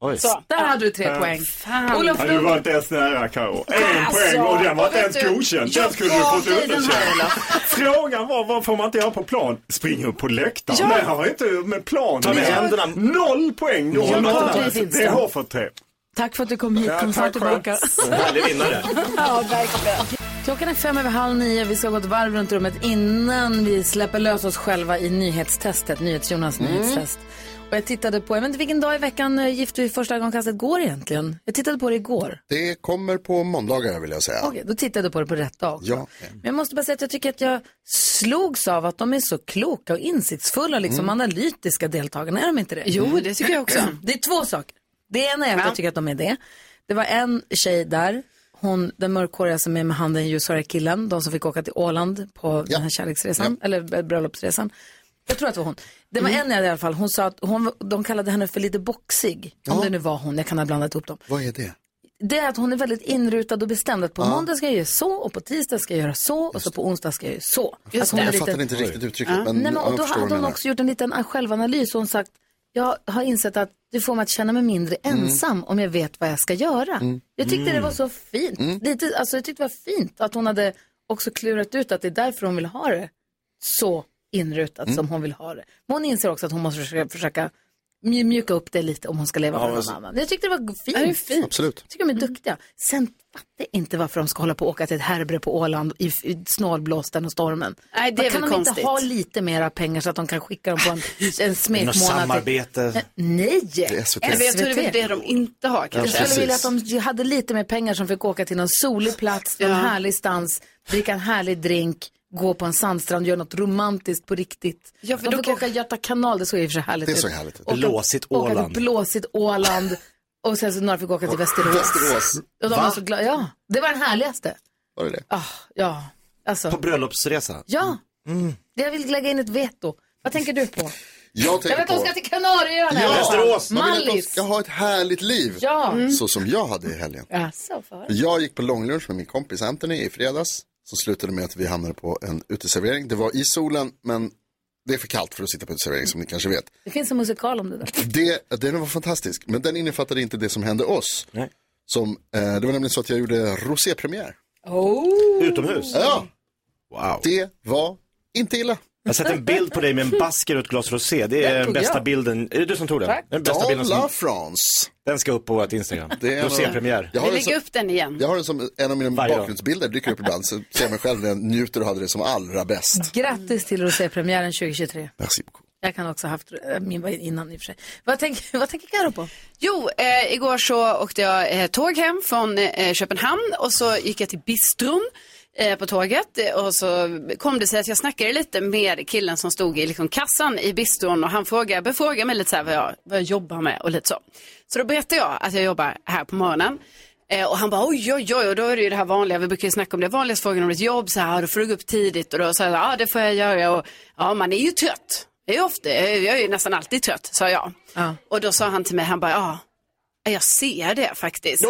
Speaker 9: Oj.
Speaker 1: Så, där hade du tre
Speaker 9: Ja.
Speaker 1: poäng.
Speaker 9: Ja,
Speaker 1: Fan.
Speaker 9: du
Speaker 1: Olof Lund-
Speaker 9: var inte ens nära Karo. En
Speaker 1: Ah, Alltså,
Speaker 9: poäng och den var inte
Speaker 1: vet
Speaker 9: ens
Speaker 1: du,
Speaker 9: godkänd.
Speaker 1: jag
Speaker 9: Den skulle du fått
Speaker 1: gav dig den här,
Speaker 9: underkänd. Frågan var vad får man inte göra på plan? Spring upp på läktaren.
Speaker 1: Ja.
Speaker 9: Det har inte med plan
Speaker 1: Ta med
Speaker 9: att göra.
Speaker 1: händerna.
Speaker 9: Noll poäng.
Speaker 1: Ja,
Speaker 9: Noll.
Speaker 1: men
Speaker 9: noll.
Speaker 1: det finns
Speaker 9: Det
Speaker 1: det.
Speaker 9: är har fått tre.
Speaker 1: Tack för att du kom hit.
Speaker 9: Ja,
Speaker 1: kom snart
Speaker 9: tack själv.
Speaker 1: tillbaka.
Speaker 9: Härlig vinnare.
Speaker 1: ja, verkligen. Klockan är fem över halv nio. Vi ska gå ett varv runt rummet innan vi släpper lös oss själva i nyhetstestet. NyhetsJonas
Speaker 12: Mm.
Speaker 1: nyhetstest. Och jag tittade på, jag vet inte vilken dag i veckan eh, Gift vid första ögonkastet går egentligen. Jag tittade på det igår.
Speaker 4: Det kommer på måndagar vill jag säga.
Speaker 1: Okej, då tittade jag på det på rätt dag.
Speaker 4: Ja.
Speaker 1: Men jag måste bara säga att jag tycker att jag slogs av att de är så kloka och insiktsfulla och liksom
Speaker 3: Mm.
Speaker 1: analytiska deltagarna. Är de inte det?
Speaker 3: Jo, det tycker jag också.
Speaker 1: Det är två saker. Det ena är att
Speaker 3: Ja.
Speaker 1: jag tycker att de är det. Det var en tjej där, hon, den mörkhåriga som är med handen i ljushåriga killen, de som fick åka till Åland på den här kärleksresan, eller bröllopsresan. Jag tror att det var hon. Det var
Speaker 4: Mm.
Speaker 1: en i alla fall, hon sa att hon, de kallade henne för lite boxig. Om
Speaker 4: Ja.
Speaker 1: det nu var hon, jag kan ha blandat ihop dem
Speaker 4: Vad är det?
Speaker 1: det är att hon är väldigt inrutad och bestämd att på
Speaker 4: Ja.
Speaker 1: måndag ska jag göra så och på tisdag ska jag göra så och så på onsdag ska jag göra så.
Speaker 4: Just
Speaker 1: Att hon
Speaker 4: det.
Speaker 1: är
Speaker 4: Alltså, Jag fattade inte riktigt uttrycket, men
Speaker 1: Nej, men,
Speaker 4: jag
Speaker 1: och då
Speaker 4: förstår vad
Speaker 1: hade
Speaker 4: du
Speaker 1: hon
Speaker 4: menar.
Speaker 1: också gjort en liten självanalys och hon sagt jag har insett att det får mig att känna mig mindre
Speaker 4: Mm.
Speaker 1: ensam om jag vet vad jag ska göra.
Speaker 4: Mm.
Speaker 1: Jag tyckte det
Speaker 4: Mm.
Speaker 1: var så fint. Lite, alltså, jag tyckte det var fint att hon hade också klurat ut att det är därför hon vill ha det så inrutat
Speaker 3: Mm.
Speaker 1: som hon vill ha det. Men hon inser också att hon måste försöka, försöka mj- mjuka upp det lite om hon ska leva
Speaker 4: Ja,
Speaker 1: för någon
Speaker 4: alltså.
Speaker 1: annan. Jag tyckte det var fint.
Speaker 4: Ja, det är fint. Absolut.
Speaker 1: Jag tycker de är duktiga. Sen fattar jag inte varför de ska hålla på och åka till ett härbre på Åland i, i snålblåsten och stormen.
Speaker 3: Nej, det
Speaker 1: Vad
Speaker 3: är
Speaker 1: kan
Speaker 3: väl
Speaker 1: de
Speaker 3: konstigt.
Speaker 1: inte ha lite mera pengar så att de kan skicka dem på en, en smekmånad?
Speaker 2: Något
Speaker 1: till- Eh,
Speaker 2: samarbete.
Speaker 1: Nej!
Speaker 2: SVT.
Speaker 1: SVT.
Speaker 3: Jag tror det är det de inte har
Speaker 1: Jag
Speaker 3: kanske.
Speaker 1: skulle vilja att de hade lite mer pengar som fick åka till någon solig plats, någon
Speaker 3: Ja.
Speaker 1: härlig stans, dricka en härlig drink, gå på en sandstrand, göra något romantiskt på riktigt.
Speaker 3: Ja, för
Speaker 1: de
Speaker 3: då
Speaker 1: fick
Speaker 3: kan-
Speaker 1: åka Göta kanal, det såg i och för sig härligt
Speaker 2: Det såg
Speaker 1: ut.
Speaker 2: härligt ut.
Speaker 1: Åka-
Speaker 2: Blåsigt
Speaker 1: Åka
Speaker 2: Åland.
Speaker 1: till blåsigt Åland och sen så några fick åka till Västerås.
Speaker 2: Västerås.
Speaker 1: Och de
Speaker 2: Va?
Speaker 1: var så glada. Ja, det var den härligaste.
Speaker 4: Var det det?
Speaker 5: Ah,
Speaker 1: Ja, alltså.
Speaker 2: På bröllopsresa.
Speaker 1: Ja,
Speaker 2: Mm.
Speaker 1: jag vill lägga in ett veto. Vad tänker du på?
Speaker 4: Jag tänker
Speaker 1: jag vet att
Speaker 4: på...
Speaker 1: de ska till Kanarieöarna.
Speaker 4: Ja, Västerås. Man vill att de
Speaker 1: Mallis.
Speaker 4: ska ha ett härligt liv.
Speaker 1: Ja. Mm.
Speaker 4: Så som jag hade i helgen.
Speaker 1: Jaså, får jag höra?
Speaker 4: Jag gick på långlunch med min kompis Anthony i fredags. Så slutade det med att vi hamnade på en uteservering. Det var i solen, men det är för kallt för att sitta på uteservering som ni kanske vet.
Speaker 1: Det finns en musikal om det där.
Speaker 4: Det, den var fantastisk, men den innefattade inte det som hände oss. Som, eh, det var nämligen så att jag gjorde rosépremiär.
Speaker 1: Oh.
Speaker 2: Utomhus?
Speaker 4: Ja. Det var inte illa.
Speaker 2: Jag har sett en bild på dig med en basker och ett glas rosé. Det
Speaker 4: Den
Speaker 2: är den
Speaker 4: tog
Speaker 2: bästa
Speaker 4: jag.
Speaker 2: bilden. Är det du som tog den?
Speaker 4: Tack.
Speaker 2: Den bästa
Speaker 4: Dans
Speaker 2: bilden
Speaker 4: la
Speaker 2: som...
Speaker 4: France.
Speaker 2: Den ska upp på vårt Instagram.
Speaker 4: Det är en av-
Speaker 2: Rosépremiär.
Speaker 4: Jag har
Speaker 3: Vi
Speaker 4: en
Speaker 3: lägger
Speaker 4: sån-
Speaker 3: upp den igen.
Speaker 4: Jag har den som en av mina bakgrundsbilder, dyker upp ibland. Så ser jag mig själv när jag njuter och hade det som allra bäst.
Speaker 1: Grattis till rosépremiären 2023.
Speaker 4: Merci beaucoup.
Speaker 1: Jag kan också ha haft, eh, min var innan i och för sig. Vad tänker, vad tänker Karo på?
Speaker 3: Jo, eh, igår så åkte jag eh, tåg hem från eh, Köpenhamn och så gick jag till bistron eh, på tåget Eh, och så kom det sig att jag snackade lite med killen som stod i liksom, kassan i bistron och han frågade, började fråga mig lite så här vad jag, vad jag jobbar med och lite så. Så då berättade jag att jag jobbar här på morgonen. Eh, och han bara oj, oj, oj, och då är det ju det här vanliga, vi brukar ju snacka om det, vanligaste frågan om ditt jobb, så här, "Ah, då får du gå upp tidigt och då sa jag, ja det får jag göra och ja man är ju trött, det är ju ofta, jag jag är ju nästan alltid trött, sa jag. Och då sa han till mig, han bara, ja, jag ser det faktiskt.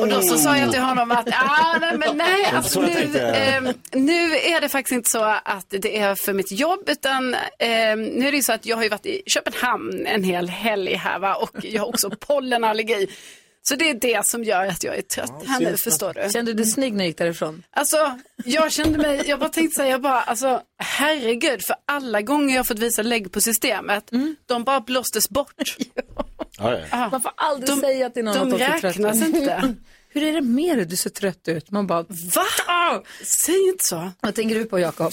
Speaker 3: Och då så sa jag till honom att, ah, nej, men nej,
Speaker 5: Det var
Speaker 3: alltså,
Speaker 5: så jag
Speaker 3: nu,
Speaker 5: tänkte.
Speaker 3: ehm, nu är det faktiskt inte så att det är för mitt jobb, utan ehm, nu är det ju så att jag har ju varit i Köpenhamn en hel helg här, va? och jag har också pollenallergi. Så det är det som gör att jag är trött här nu,
Speaker 1: syns det.
Speaker 3: förstår du.
Speaker 1: Kände du dig snygg när du gick därifrån?
Speaker 3: Alltså, jag kände mig, jag bara tänkte säga, jag bara, alltså herregud, för alla gånger jag har fått visa lägg på systemet, de bara blåstes bort.
Speaker 1: Mm. Man får aldrig säga till någon
Speaker 3: de
Speaker 1: att de ser trött ut.
Speaker 3: räknas inte.
Speaker 1: Hur är det med dig? Du ser trött ut. Man bara,
Speaker 3: va? Säg inte så.
Speaker 1: Vad tänker du på, Jakob?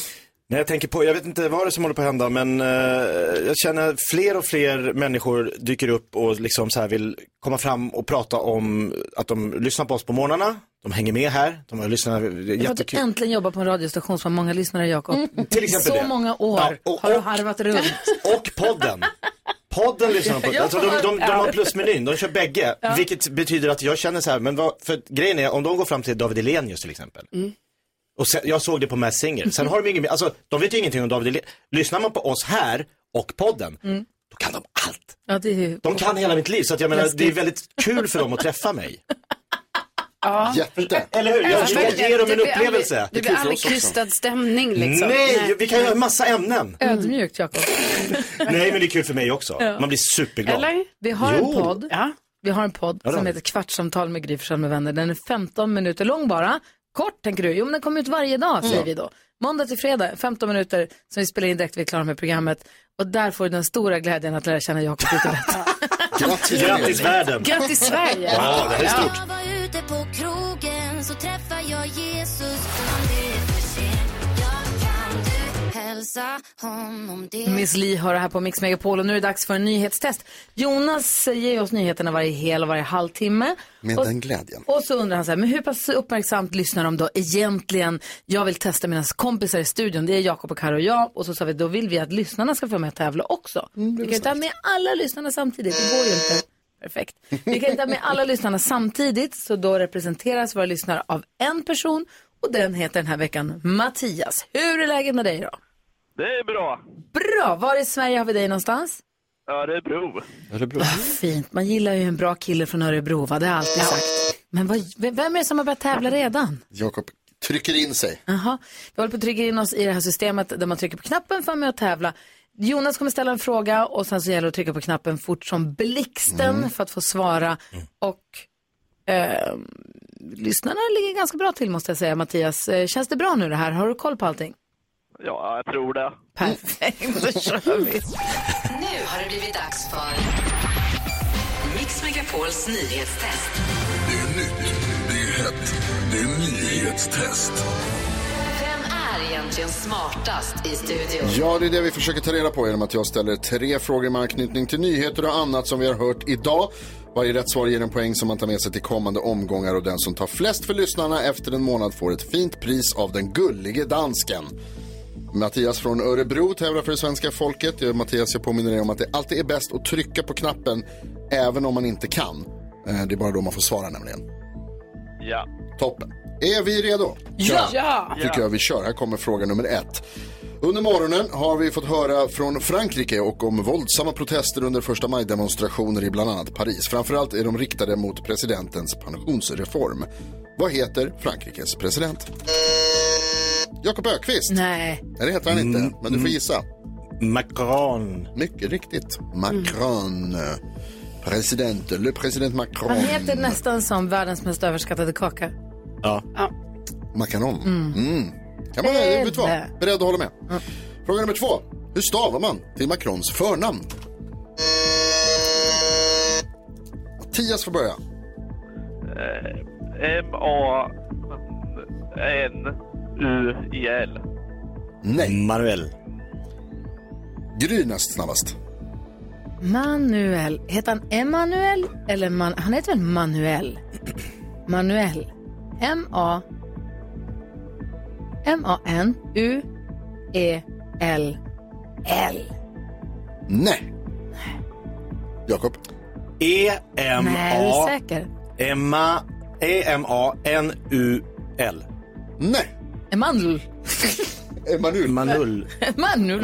Speaker 2: Nej, jag tänker på, jag vet inte vad det är som håller på att hända, men eh, jag känner fler och fler människor dyker upp och liksom så här vill komma fram och prata om att de lyssnar på oss på morgnarna. De hänger med här, de har lyssnat, det är
Speaker 1: Jag har fått
Speaker 2: jättekul. Mm.
Speaker 1: äntligen jobba på en radiostation som har många lyssnare, Jakob.
Speaker 2: Till exempel
Speaker 1: Så
Speaker 2: det.
Speaker 1: många år
Speaker 2: Ja, och-
Speaker 1: har du
Speaker 2: och-
Speaker 1: harvat runt.
Speaker 2: Och podden. Podden lyssnar de på. Alltså, de, de, de har plusmenyn, de kör bägge.
Speaker 1: Ja.
Speaker 2: Vilket betyder att jag känner så här, men vad, för grejen är om de går fram till David Elenius till exempel. Och sen, jag såg det på Messinger. Sen har de ingen, alltså de vet ju ingenting om David Elenius. Lyssnar man på oss här och podden,
Speaker 1: Mm.
Speaker 2: då kan de allt.
Speaker 1: Ja, det är ju...
Speaker 2: De kan hela mitt liv, så att jag menar,
Speaker 1: Läskigt.
Speaker 2: det är väldigt kul för dem att träffa mig.
Speaker 3: Ja.
Speaker 4: Jätte.
Speaker 2: Eller hur? Jag försöker
Speaker 3: verkligen.
Speaker 2: ge dem en
Speaker 3: Det blir aldrig-
Speaker 2: upplevelse.
Speaker 3: Det blir aldrig krystad stämning liksom.
Speaker 2: Nej, vi kan göra massa ämnen.
Speaker 1: Ödmjukt, Jakob.
Speaker 2: Nej, men det är kul för mig också.
Speaker 1: Ja.
Speaker 2: Man blir superglad.
Speaker 1: Vi har en
Speaker 2: Jo.
Speaker 1: podd, vi har en podd
Speaker 2: Ja, det har
Speaker 1: som
Speaker 2: vi.
Speaker 1: heter Kvartssamtal med Gry Forssell med vänner. Den är 15 minuter lång bara. Kort tänker du, jo men den kommer ut varje dag säger
Speaker 12: Mm.
Speaker 1: vi då. Måndag till fredag, 15 minuter som vi spelar in direkt vi är klara med programmet. Och där får du den stora glädjen att lära känna Jakob lite bättre.
Speaker 2: Grattis världen.
Speaker 1: Grattis Sverige!
Speaker 2: Ja, det här är stort.
Speaker 5: Jag var ute på krogen så träffade jag Jesus. Om det är för sent, jag kan du hälsa honom det.
Speaker 1: Miss Li hör det här på Mix Megapol och nu är det dags för en nyhetstest. Jonas eh, ger oss nyheterna varje hel och varje halvtimme.
Speaker 4: Med
Speaker 1: och,
Speaker 4: den glädjen.
Speaker 1: och så undrar han så här, men hur pass uppmärksamt lyssnar de då egentligen? Jag vill testa mina kompisar i studion, det är Jakob och Karo och jag. Och så sa vi, då vill vi att lyssnarna ska få med och tävla också. vi kan ju ta med alla lyssnarna samtidigt, det går ju inte. Perfekt. Vi kan ju ta med alla lyssnarna samtidigt, så då representeras våra lyssnare av en person och den heter den här veckan Mattias. Hur är läget med dig då?
Speaker 13: Det är bra.
Speaker 1: Bra! Var i Sverige har vi dig någonstans?
Speaker 13: Örebro.
Speaker 2: Örebro.
Speaker 1: Fint. Man gillar ju en bra kille från Örebro, va? Det har jag alltid sagt. Men vad, v- vem är det som har börjat tävla redan?
Speaker 4: Jakob trycker in sig.
Speaker 1: Jaha. Vi håller på att trycka in oss i det här systemet där man trycker på knappen för mig att tävla. Jonas kommer ställa en fråga och sen så gäller det att trycka på knappen fort som blixten för att få svara. Och eh, lyssnarna ligger ganska bra till måste jag säga, Mattias. Eh, Känns det bra nu det här? Har du koll på allting?
Speaker 13: Ja, jag tror det.
Speaker 1: Perfekt, då kör vi.
Speaker 12: Nu har det blivit dags för Mix Megapols nyhetstest.
Speaker 10: Det är nytt, det är hett, det är nyhetstest.
Speaker 12: Vem är egentligen smartast i studion?
Speaker 4: Ja, det är det vi försöker ta reda på genom att jag ställer tre frågor med anknytning till nyheter och annat som vi har hört idag. Varje rätt svar ger en poäng som man tar med sig till kommande omgångar och den som tar flest för lyssnarna efter en månad får ett fint pris av den gullige dansken. Mattias från Örebro tävlar för det svenska folket. Jag- Mattias, jag påminner dig om att det alltid är bäst att trycka på knappen även om man inte kan. Eh, Det är bara då man får svara nämligen.
Speaker 13: Ja.
Speaker 4: Toppen. Är vi redo?
Speaker 13: Ja.
Speaker 4: Ja. tycker jag vi kör. Här kommer fråga nummer ett. Under morgonen har vi fått höra från Frankrike och om våldsamma protester under första maj-demonstrationer i bland annat Paris. Framförallt är de riktade mot presidentens pensionsreform. Vad heter Frankrikes president? Jakob Ökvist.
Speaker 1: Nej.
Speaker 4: Nej, det heter han inte, men du får gissa.
Speaker 2: Macron.
Speaker 4: Mycket riktigt. Macron. President, le president Macron.
Speaker 1: Han heter nästan som världens mest överskattade kaka.
Speaker 2: Ja.
Speaker 1: Ja.
Speaker 4: Makaron.
Speaker 1: Mm.
Speaker 4: Mm. Kan man,
Speaker 1: Beredd.
Speaker 4: vet du vad? Beredd att hålla med. Fråga nummer två. Hur stavar man till Macrons förnamn? Mattias får börja.
Speaker 13: Eh, M-A-N-U-I-L.
Speaker 4: Nej.
Speaker 2: Manuel.
Speaker 4: Gry näst snabbast.
Speaker 1: Manuel. Heter han Emanuel eller man... Han heter väl Manuel? Manuel. M-A... E M-A-N-U-E-L-L.
Speaker 4: Nej. Jakob.
Speaker 2: E E-M-A...
Speaker 1: Nej, är du säker?
Speaker 2: Emma... E E-M-A-N-U-L.
Speaker 4: Nej.
Speaker 1: Emanuel.
Speaker 4: Emanuel.
Speaker 2: Emanuel.
Speaker 1: Manuel.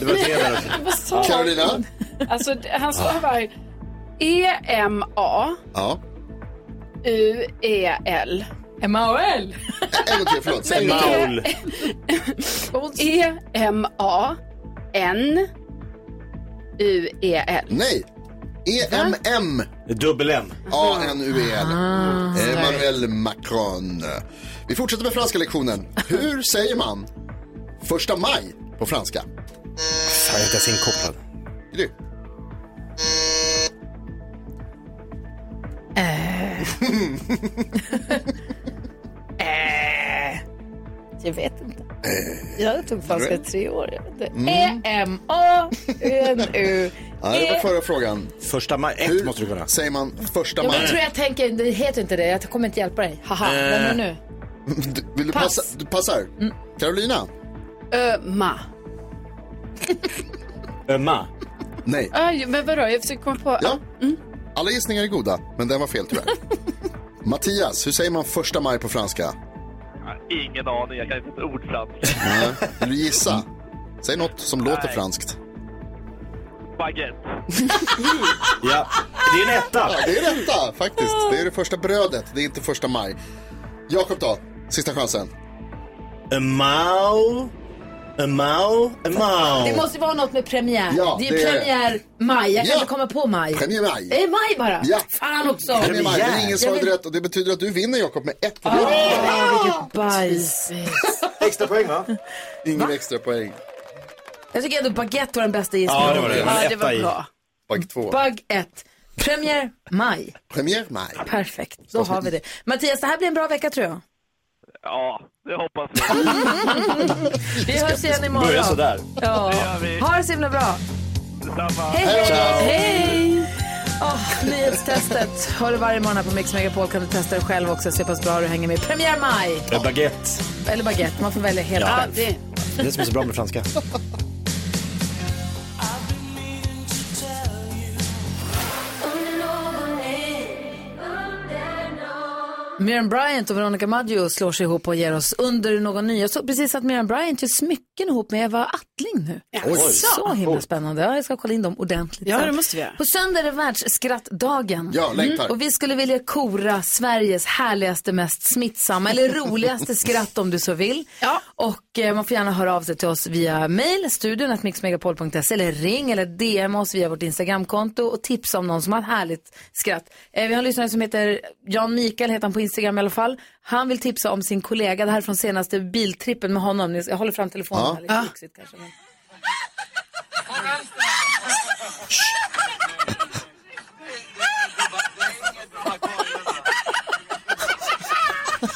Speaker 2: Det var tre där också.
Speaker 3: Vad sa
Speaker 4: Carolina?
Speaker 3: han? Alltså, det- han E sa bara E-M-A-U-E-L. E
Speaker 4: Ja.
Speaker 1: Emanuel.
Speaker 4: En gång till, förlåt. Säg
Speaker 3: Men
Speaker 4: det.
Speaker 3: Maul. E E-M-A-N-U-E-L. E
Speaker 4: Nej. E E-M-M.
Speaker 2: Dubbel-M.
Speaker 4: A-N-U-E-L.
Speaker 2: Ah.
Speaker 4: E Eh, Emmanuel Macron. Vi fortsätter med franska lektionen. Hur säger man första maj på franska?
Speaker 2: Fan, jag är inte ens inkopplad.
Speaker 4: Gry.
Speaker 1: Eh. Eh. Jag vet inte.
Speaker 13: Eh.
Speaker 1: Jag tog franska i tre år. jag vet inte.
Speaker 4: Mm.
Speaker 1: E-M-A-N-U.
Speaker 4: Ja, det var förra frågan.
Speaker 2: Första maj, ett
Speaker 4: Hur
Speaker 2: måste du kunna.
Speaker 4: säger man första
Speaker 1: Ja, men
Speaker 4: maj?
Speaker 1: jag tror jag tänker, det heter inte det. Jag kommer inte hjälpa dig. Haha,
Speaker 4: Eh.
Speaker 1: vem är det nu?
Speaker 4: Du- Vill du
Speaker 1: Pass. Mm.
Speaker 4: passa? Du passar? Carolina?
Speaker 3: Ma.
Speaker 2: Ömma.
Speaker 4: Nej.
Speaker 3: Aj, men vadå, jag försöker komma på.
Speaker 4: Ja.
Speaker 1: Mm.
Speaker 4: Alla gissningar är goda, men den var fel tyvärr. Mattias, hur säger man första maj på franska?
Speaker 13: Ingen aning, jag kan inte ett ord franska.
Speaker 4: Nej. Vill du gissa? Säg något som låter franskt.
Speaker 13: Baguette.
Speaker 2: Ja, det är en etta.
Speaker 4: Ja, det är en etta faktiskt. Det är det första brödet, det är inte första maj. Jakob då, sista chansen.
Speaker 2: Mau, mau, mau.
Speaker 1: Det måste vara något med premiär.
Speaker 4: Ja,
Speaker 1: det är
Speaker 4: det är-
Speaker 1: premiär maj. Jag kan
Speaker 4: Ja.
Speaker 1: inte komma på maj.
Speaker 4: Premiär maj.
Speaker 1: Det är maj bara.
Speaker 4: Ja.
Speaker 1: Fan också.
Speaker 4: Det är maj, men ingen
Speaker 1: Jag
Speaker 4: svarade
Speaker 1: vet-
Speaker 4: rätt och det betyder att du vinner Jakob med ett
Speaker 1: Ah,
Speaker 4: poäng.
Speaker 1: vilket bajs.
Speaker 2: Extra poäng va?
Speaker 4: Ingen extra poäng.
Speaker 1: Jag tycker ändå baguette var den bästa gissningen.
Speaker 4: Ja, det var det.
Speaker 1: Ja, det
Speaker 4: Etta
Speaker 1: var
Speaker 4: i.
Speaker 1: bra.
Speaker 4: Bag två.
Speaker 1: Bug 1. Premiär maj.
Speaker 4: Premiär maj.
Speaker 1: Perfekt, då har vi det. Mattias, det här blir en bra vecka tror jag.
Speaker 13: Ja, det hoppas vi.
Speaker 1: Vi hörs igen imorgon.
Speaker 13: Börja sådär.
Speaker 1: Ja.
Speaker 13: Det gör vi.
Speaker 1: Ha det så himla bra. Hej, hej! hej. Åh, nyhetstestet hör du varje morgon här på Mix Megapol. Kan du testa det själv också och se hur pass bra du hänger med. Premiär maj!
Speaker 2: En baguette.
Speaker 1: Eller baguette, man får välja helt
Speaker 2: Ja.
Speaker 1: själv.
Speaker 2: Det är det som är så bra med franska.
Speaker 1: Miriam Bryant och Veronica Maggio slår sig ihop och ger oss under någon ny. Jag såg precis att Miriam Bryant gör smycken ihop med Eva Attling nu.
Speaker 3: Oj.
Speaker 1: Så himla spännande. Ja, jag ska kolla in dem ordentligt.
Speaker 3: Ja,
Speaker 1: sen.
Speaker 3: det måste vi göra.
Speaker 1: På söndag är det världsskrattdagen.
Speaker 3: Ja, längtar.
Speaker 1: Och vi skulle vilja kora Sveriges härligaste, mest smittsamma eller roligaste skratt om du så vill. Och eh, man får gärna höra av sig till oss via mail, studion mixmegapol.se eller ring eller DM oss via vårt Instagramkonto och tipsa om någon som har ett härligt skratt. Eh, vi har en lyssnare som heter Jan Mikael, heter han på Instagram i alla fall. Han vill tipsa om sin kollega, det här är från senaste biltrippen med honom. Ni- Jag håller fram telefonen
Speaker 5: Ja.
Speaker 1: här lite lyxigt kanske. Men...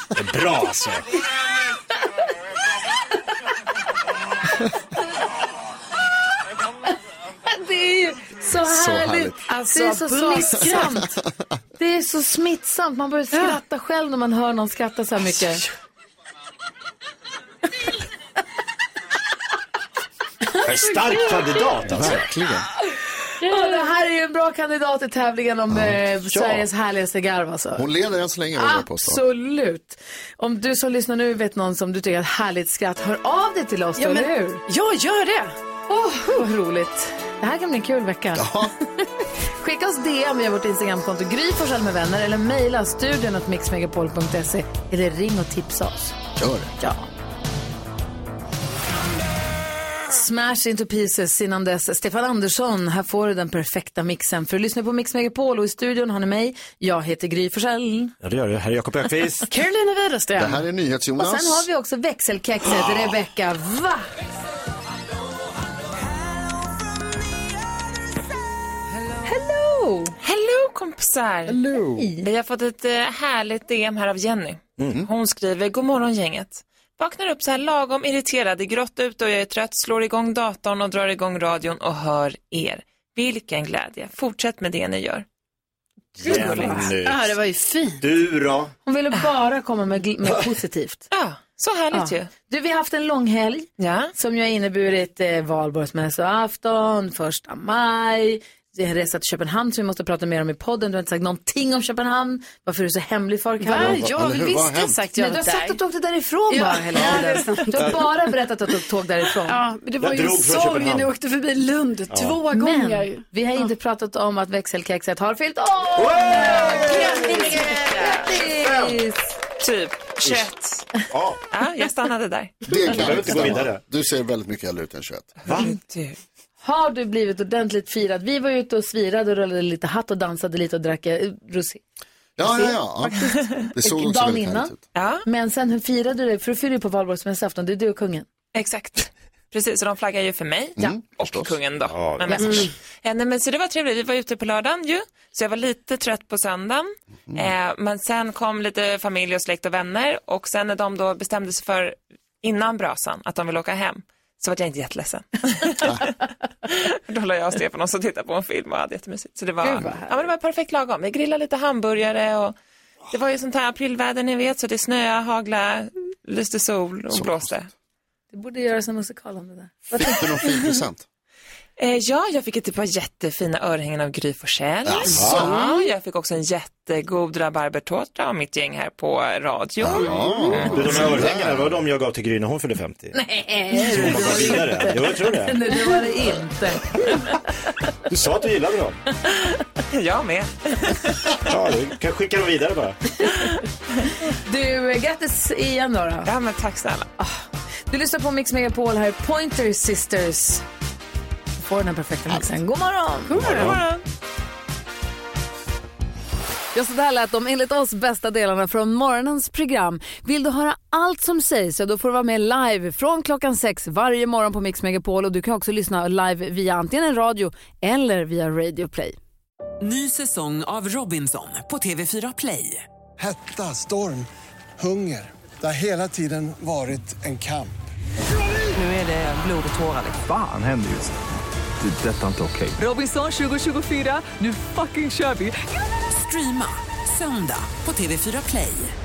Speaker 2: Det är bra alltså.
Speaker 1: Det är ju så härligt.
Speaker 5: Så härligt.
Speaker 1: Alltså, det är så
Speaker 5: bra
Speaker 1: smittsamt. Det är så smittsamt. Man börjar skratta själv när man hör någon skratta så här
Speaker 3: Alltså,
Speaker 1: mycket.
Speaker 2: Det är stark kandidat alltså.
Speaker 4: Verkligen.
Speaker 1: Och det här är ju en bra kandidat i tävlingen om eh, Sveriges härligaste garv alltså.
Speaker 4: Hon leder än så länge
Speaker 1: Ah,
Speaker 4: vill jag påstå.
Speaker 1: Absolut. Om du som lyssnar nu vet någon som du tycker är ett härligt skratt, hör av dig till oss,
Speaker 3: Ja,
Speaker 1: då,
Speaker 3: men-
Speaker 1: eller hur?
Speaker 3: Ja, gör det.
Speaker 1: Åh, vad roligt. Det här kan bli en kul vecka. Skicka oss DM via vårt Instagramkonto Gry Forssell med vänner eller mejla studion mixmegapol.se eller ring och tipsa oss.
Speaker 4: Gör det.
Speaker 1: Ja. Smash into pieces innan dess. Stefan Andersson, här får du den perfekta mixen. För du lyssnar på Mix Megapol och i studion har ni mig. Jag heter Gry Forssell.
Speaker 2: Ja, det gör det. Här är Jakob Ökvist.
Speaker 1: Carolina Widersten.
Speaker 4: Det här är
Speaker 1: Och
Speaker 4: NyhetsJonas.
Speaker 1: sen har vi också växelkexet,
Speaker 4: Ah.
Speaker 1: Rebecca. Va? Hello!
Speaker 14: Hello kompisar!
Speaker 4: Hello.
Speaker 14: Vi har fått ett eh, härligt DM här av Jenny.
Speaker 2: Mm.
Speaker 14: Hon skriver, god morgon gänget. Vaknar upp så här lagom irriterad, det är grått ute och jag är trött, slår igång datorn och drar igång radion och hör er. Vilken glädje. Fortsätt med det ni gör.
Speaker 2: Jenny.
Speaker 1: Ja, det var
Speaker 3: ju fint.
Speaker 2: eh, Du då?
Speaker 1: Hon ville bara komma med, gl- med positivt.
Speaker 14: Ja, så härligt ju.
Speaker 1: Du, vi har haft en lång helg som ju har inneburit eh, valborgsmässoafton, första maj, det är en resa till Köpenhamn som vi måste prata mer om i podden. Du har inte sagt någonting om Köpenhamn. Varför är du så hemlig för Karin?
Speaker 3: Va? Jag Eller hur? Vad visste har jag hänt? sagt jag
Speaker 1: Men Du har
Speaker 3: var
Speaker 1: sagt
Speaker 3: där.
Speaker 1: att du åkte därifrån
Speaker 3: Ja.
Speaker 1: bara hela
Speaker 3: Ja, det är
Speaker 1: tiden.
Speaker 3: sant.
Speaker 1: Du har bara berättat att du åkte tåg därifrån.
Speaker 3: Ja, men det var Jag ju drog från sorg när Köpenhamn. ni åkte förbi Lund två gånger.
Speaker 1: Men vi har inte pratat om att växelkexet har fyllt år! Grattis!
Speaker 14: Typ 21.
Speaker 4: Ja.
Speaker 14: jag stannade där.
Speaker 4: Det
Speaker 14: Du
Speaker 4: kan
Speaker 14: behöver inte
Speaker 4: inte
Speaker 14: gå
Speaker 4: stämma.
Speaker 14: vidare.
Speaker 4: Du ser väldigt mycket äldre ut än 21.
Speaker 1: Har du blivit ordentligt firad? Vi var ute och svirade och rullade lite hatt och dansade lite och drack eh, rosé.
Speaker 4: Ja, ja, ja. Det såg också
Speaker 1: Dagen
Speaker 4: väldigt härligt
Speaker 1: innan.
Speaker 4: ut.
Speaker 1: Men sen hur firade du det? För du fyller ju på valborgsmässoafton, det är du och kungen.
Speaker 14: Exakt. Precis, så de flaggar ju för mig
Speaker 1: Mm,
Speaker 14: och kungen då. men
Speaker 1: det-
Speaker 14: mest för mig. Eh, nej, men så det var trevligt, vi var ute på lördagen ju, så jag var lite trött på söndagen.
Speaker 1: Mm.
Speaker 14: Eh, men sen kom lite familj och släkt och vänner och sen när de då bestämde sig för innan brasan att de ville åka hem så var jag inte jätteledsen. då la jag och Stefan oss och tittade på en film och hade jättemysigt. Så det var,
Speaker 1: Gud, vad
Speaker 14: ja, men det var perfekt lagom. Vi grillade lite hamburgare och det var ju sånt här aprilväder ni vet så det snöade, hagla, lyste sol och blåste.
Speaker 1: Det borde göras en musikal om det där.
Speaker 4: Fick du någon fin present?
Speaker 14: Eh, ja, jag fick ett par jättefina örhängen av Gry Forssell.
Speaker 15: Jaså?
Speaker 14: Ja, jag fick också en jättegod rabarbertårta av mitt gäng här på radion.
Speaker 2: Ja. Du, de örhängena, det var de jag gav till Gry när hon fyllde 50.
Speaker 14: Mm.
Speaker 1: Nej,
Speaker 2: Så hon bara går vidare. Jo, jag tror det.
Speaker 1: Eller det var det inte.
Speaker 2: Du sa att du gillade dem.
Speaker 14: Jag med.
Speaker 2: Ja, du kan skicka dem vidare bara.
Speaker 1: Du, eh, grattis igen då. då.
Speaker 14: Ja, men tack snälla.
Speaker 1: Du lyssnar på Mix Megapol här, Pointer Sisters. Du Får den här perfekta mixen. God morgon! God
Speaker 14: morgon.
Speaker 1: Ja, så där lät de enligt oss bästa delarna från morgonens program. Vill du höra allt som sägs så då får du vara med live från klockan sex varje morgon på Mix Megapol och du kan också lyssna live via antingen en radio eller via Radio Play.
Speaker 5: Ny säsong av Robinson på TV4 Play.
Speaker 16: Hetta, storm, hunger. Det har hela tiden varit en kamp.
Speaker 5: Nu är det blod och tårar. liksom.
Speaker 7: Fan händer just nu. Det. är Detta är inte okej.
Speaker 5: Robinson 2024, nu fucking kör vi! Streama söndag på TV4 Play.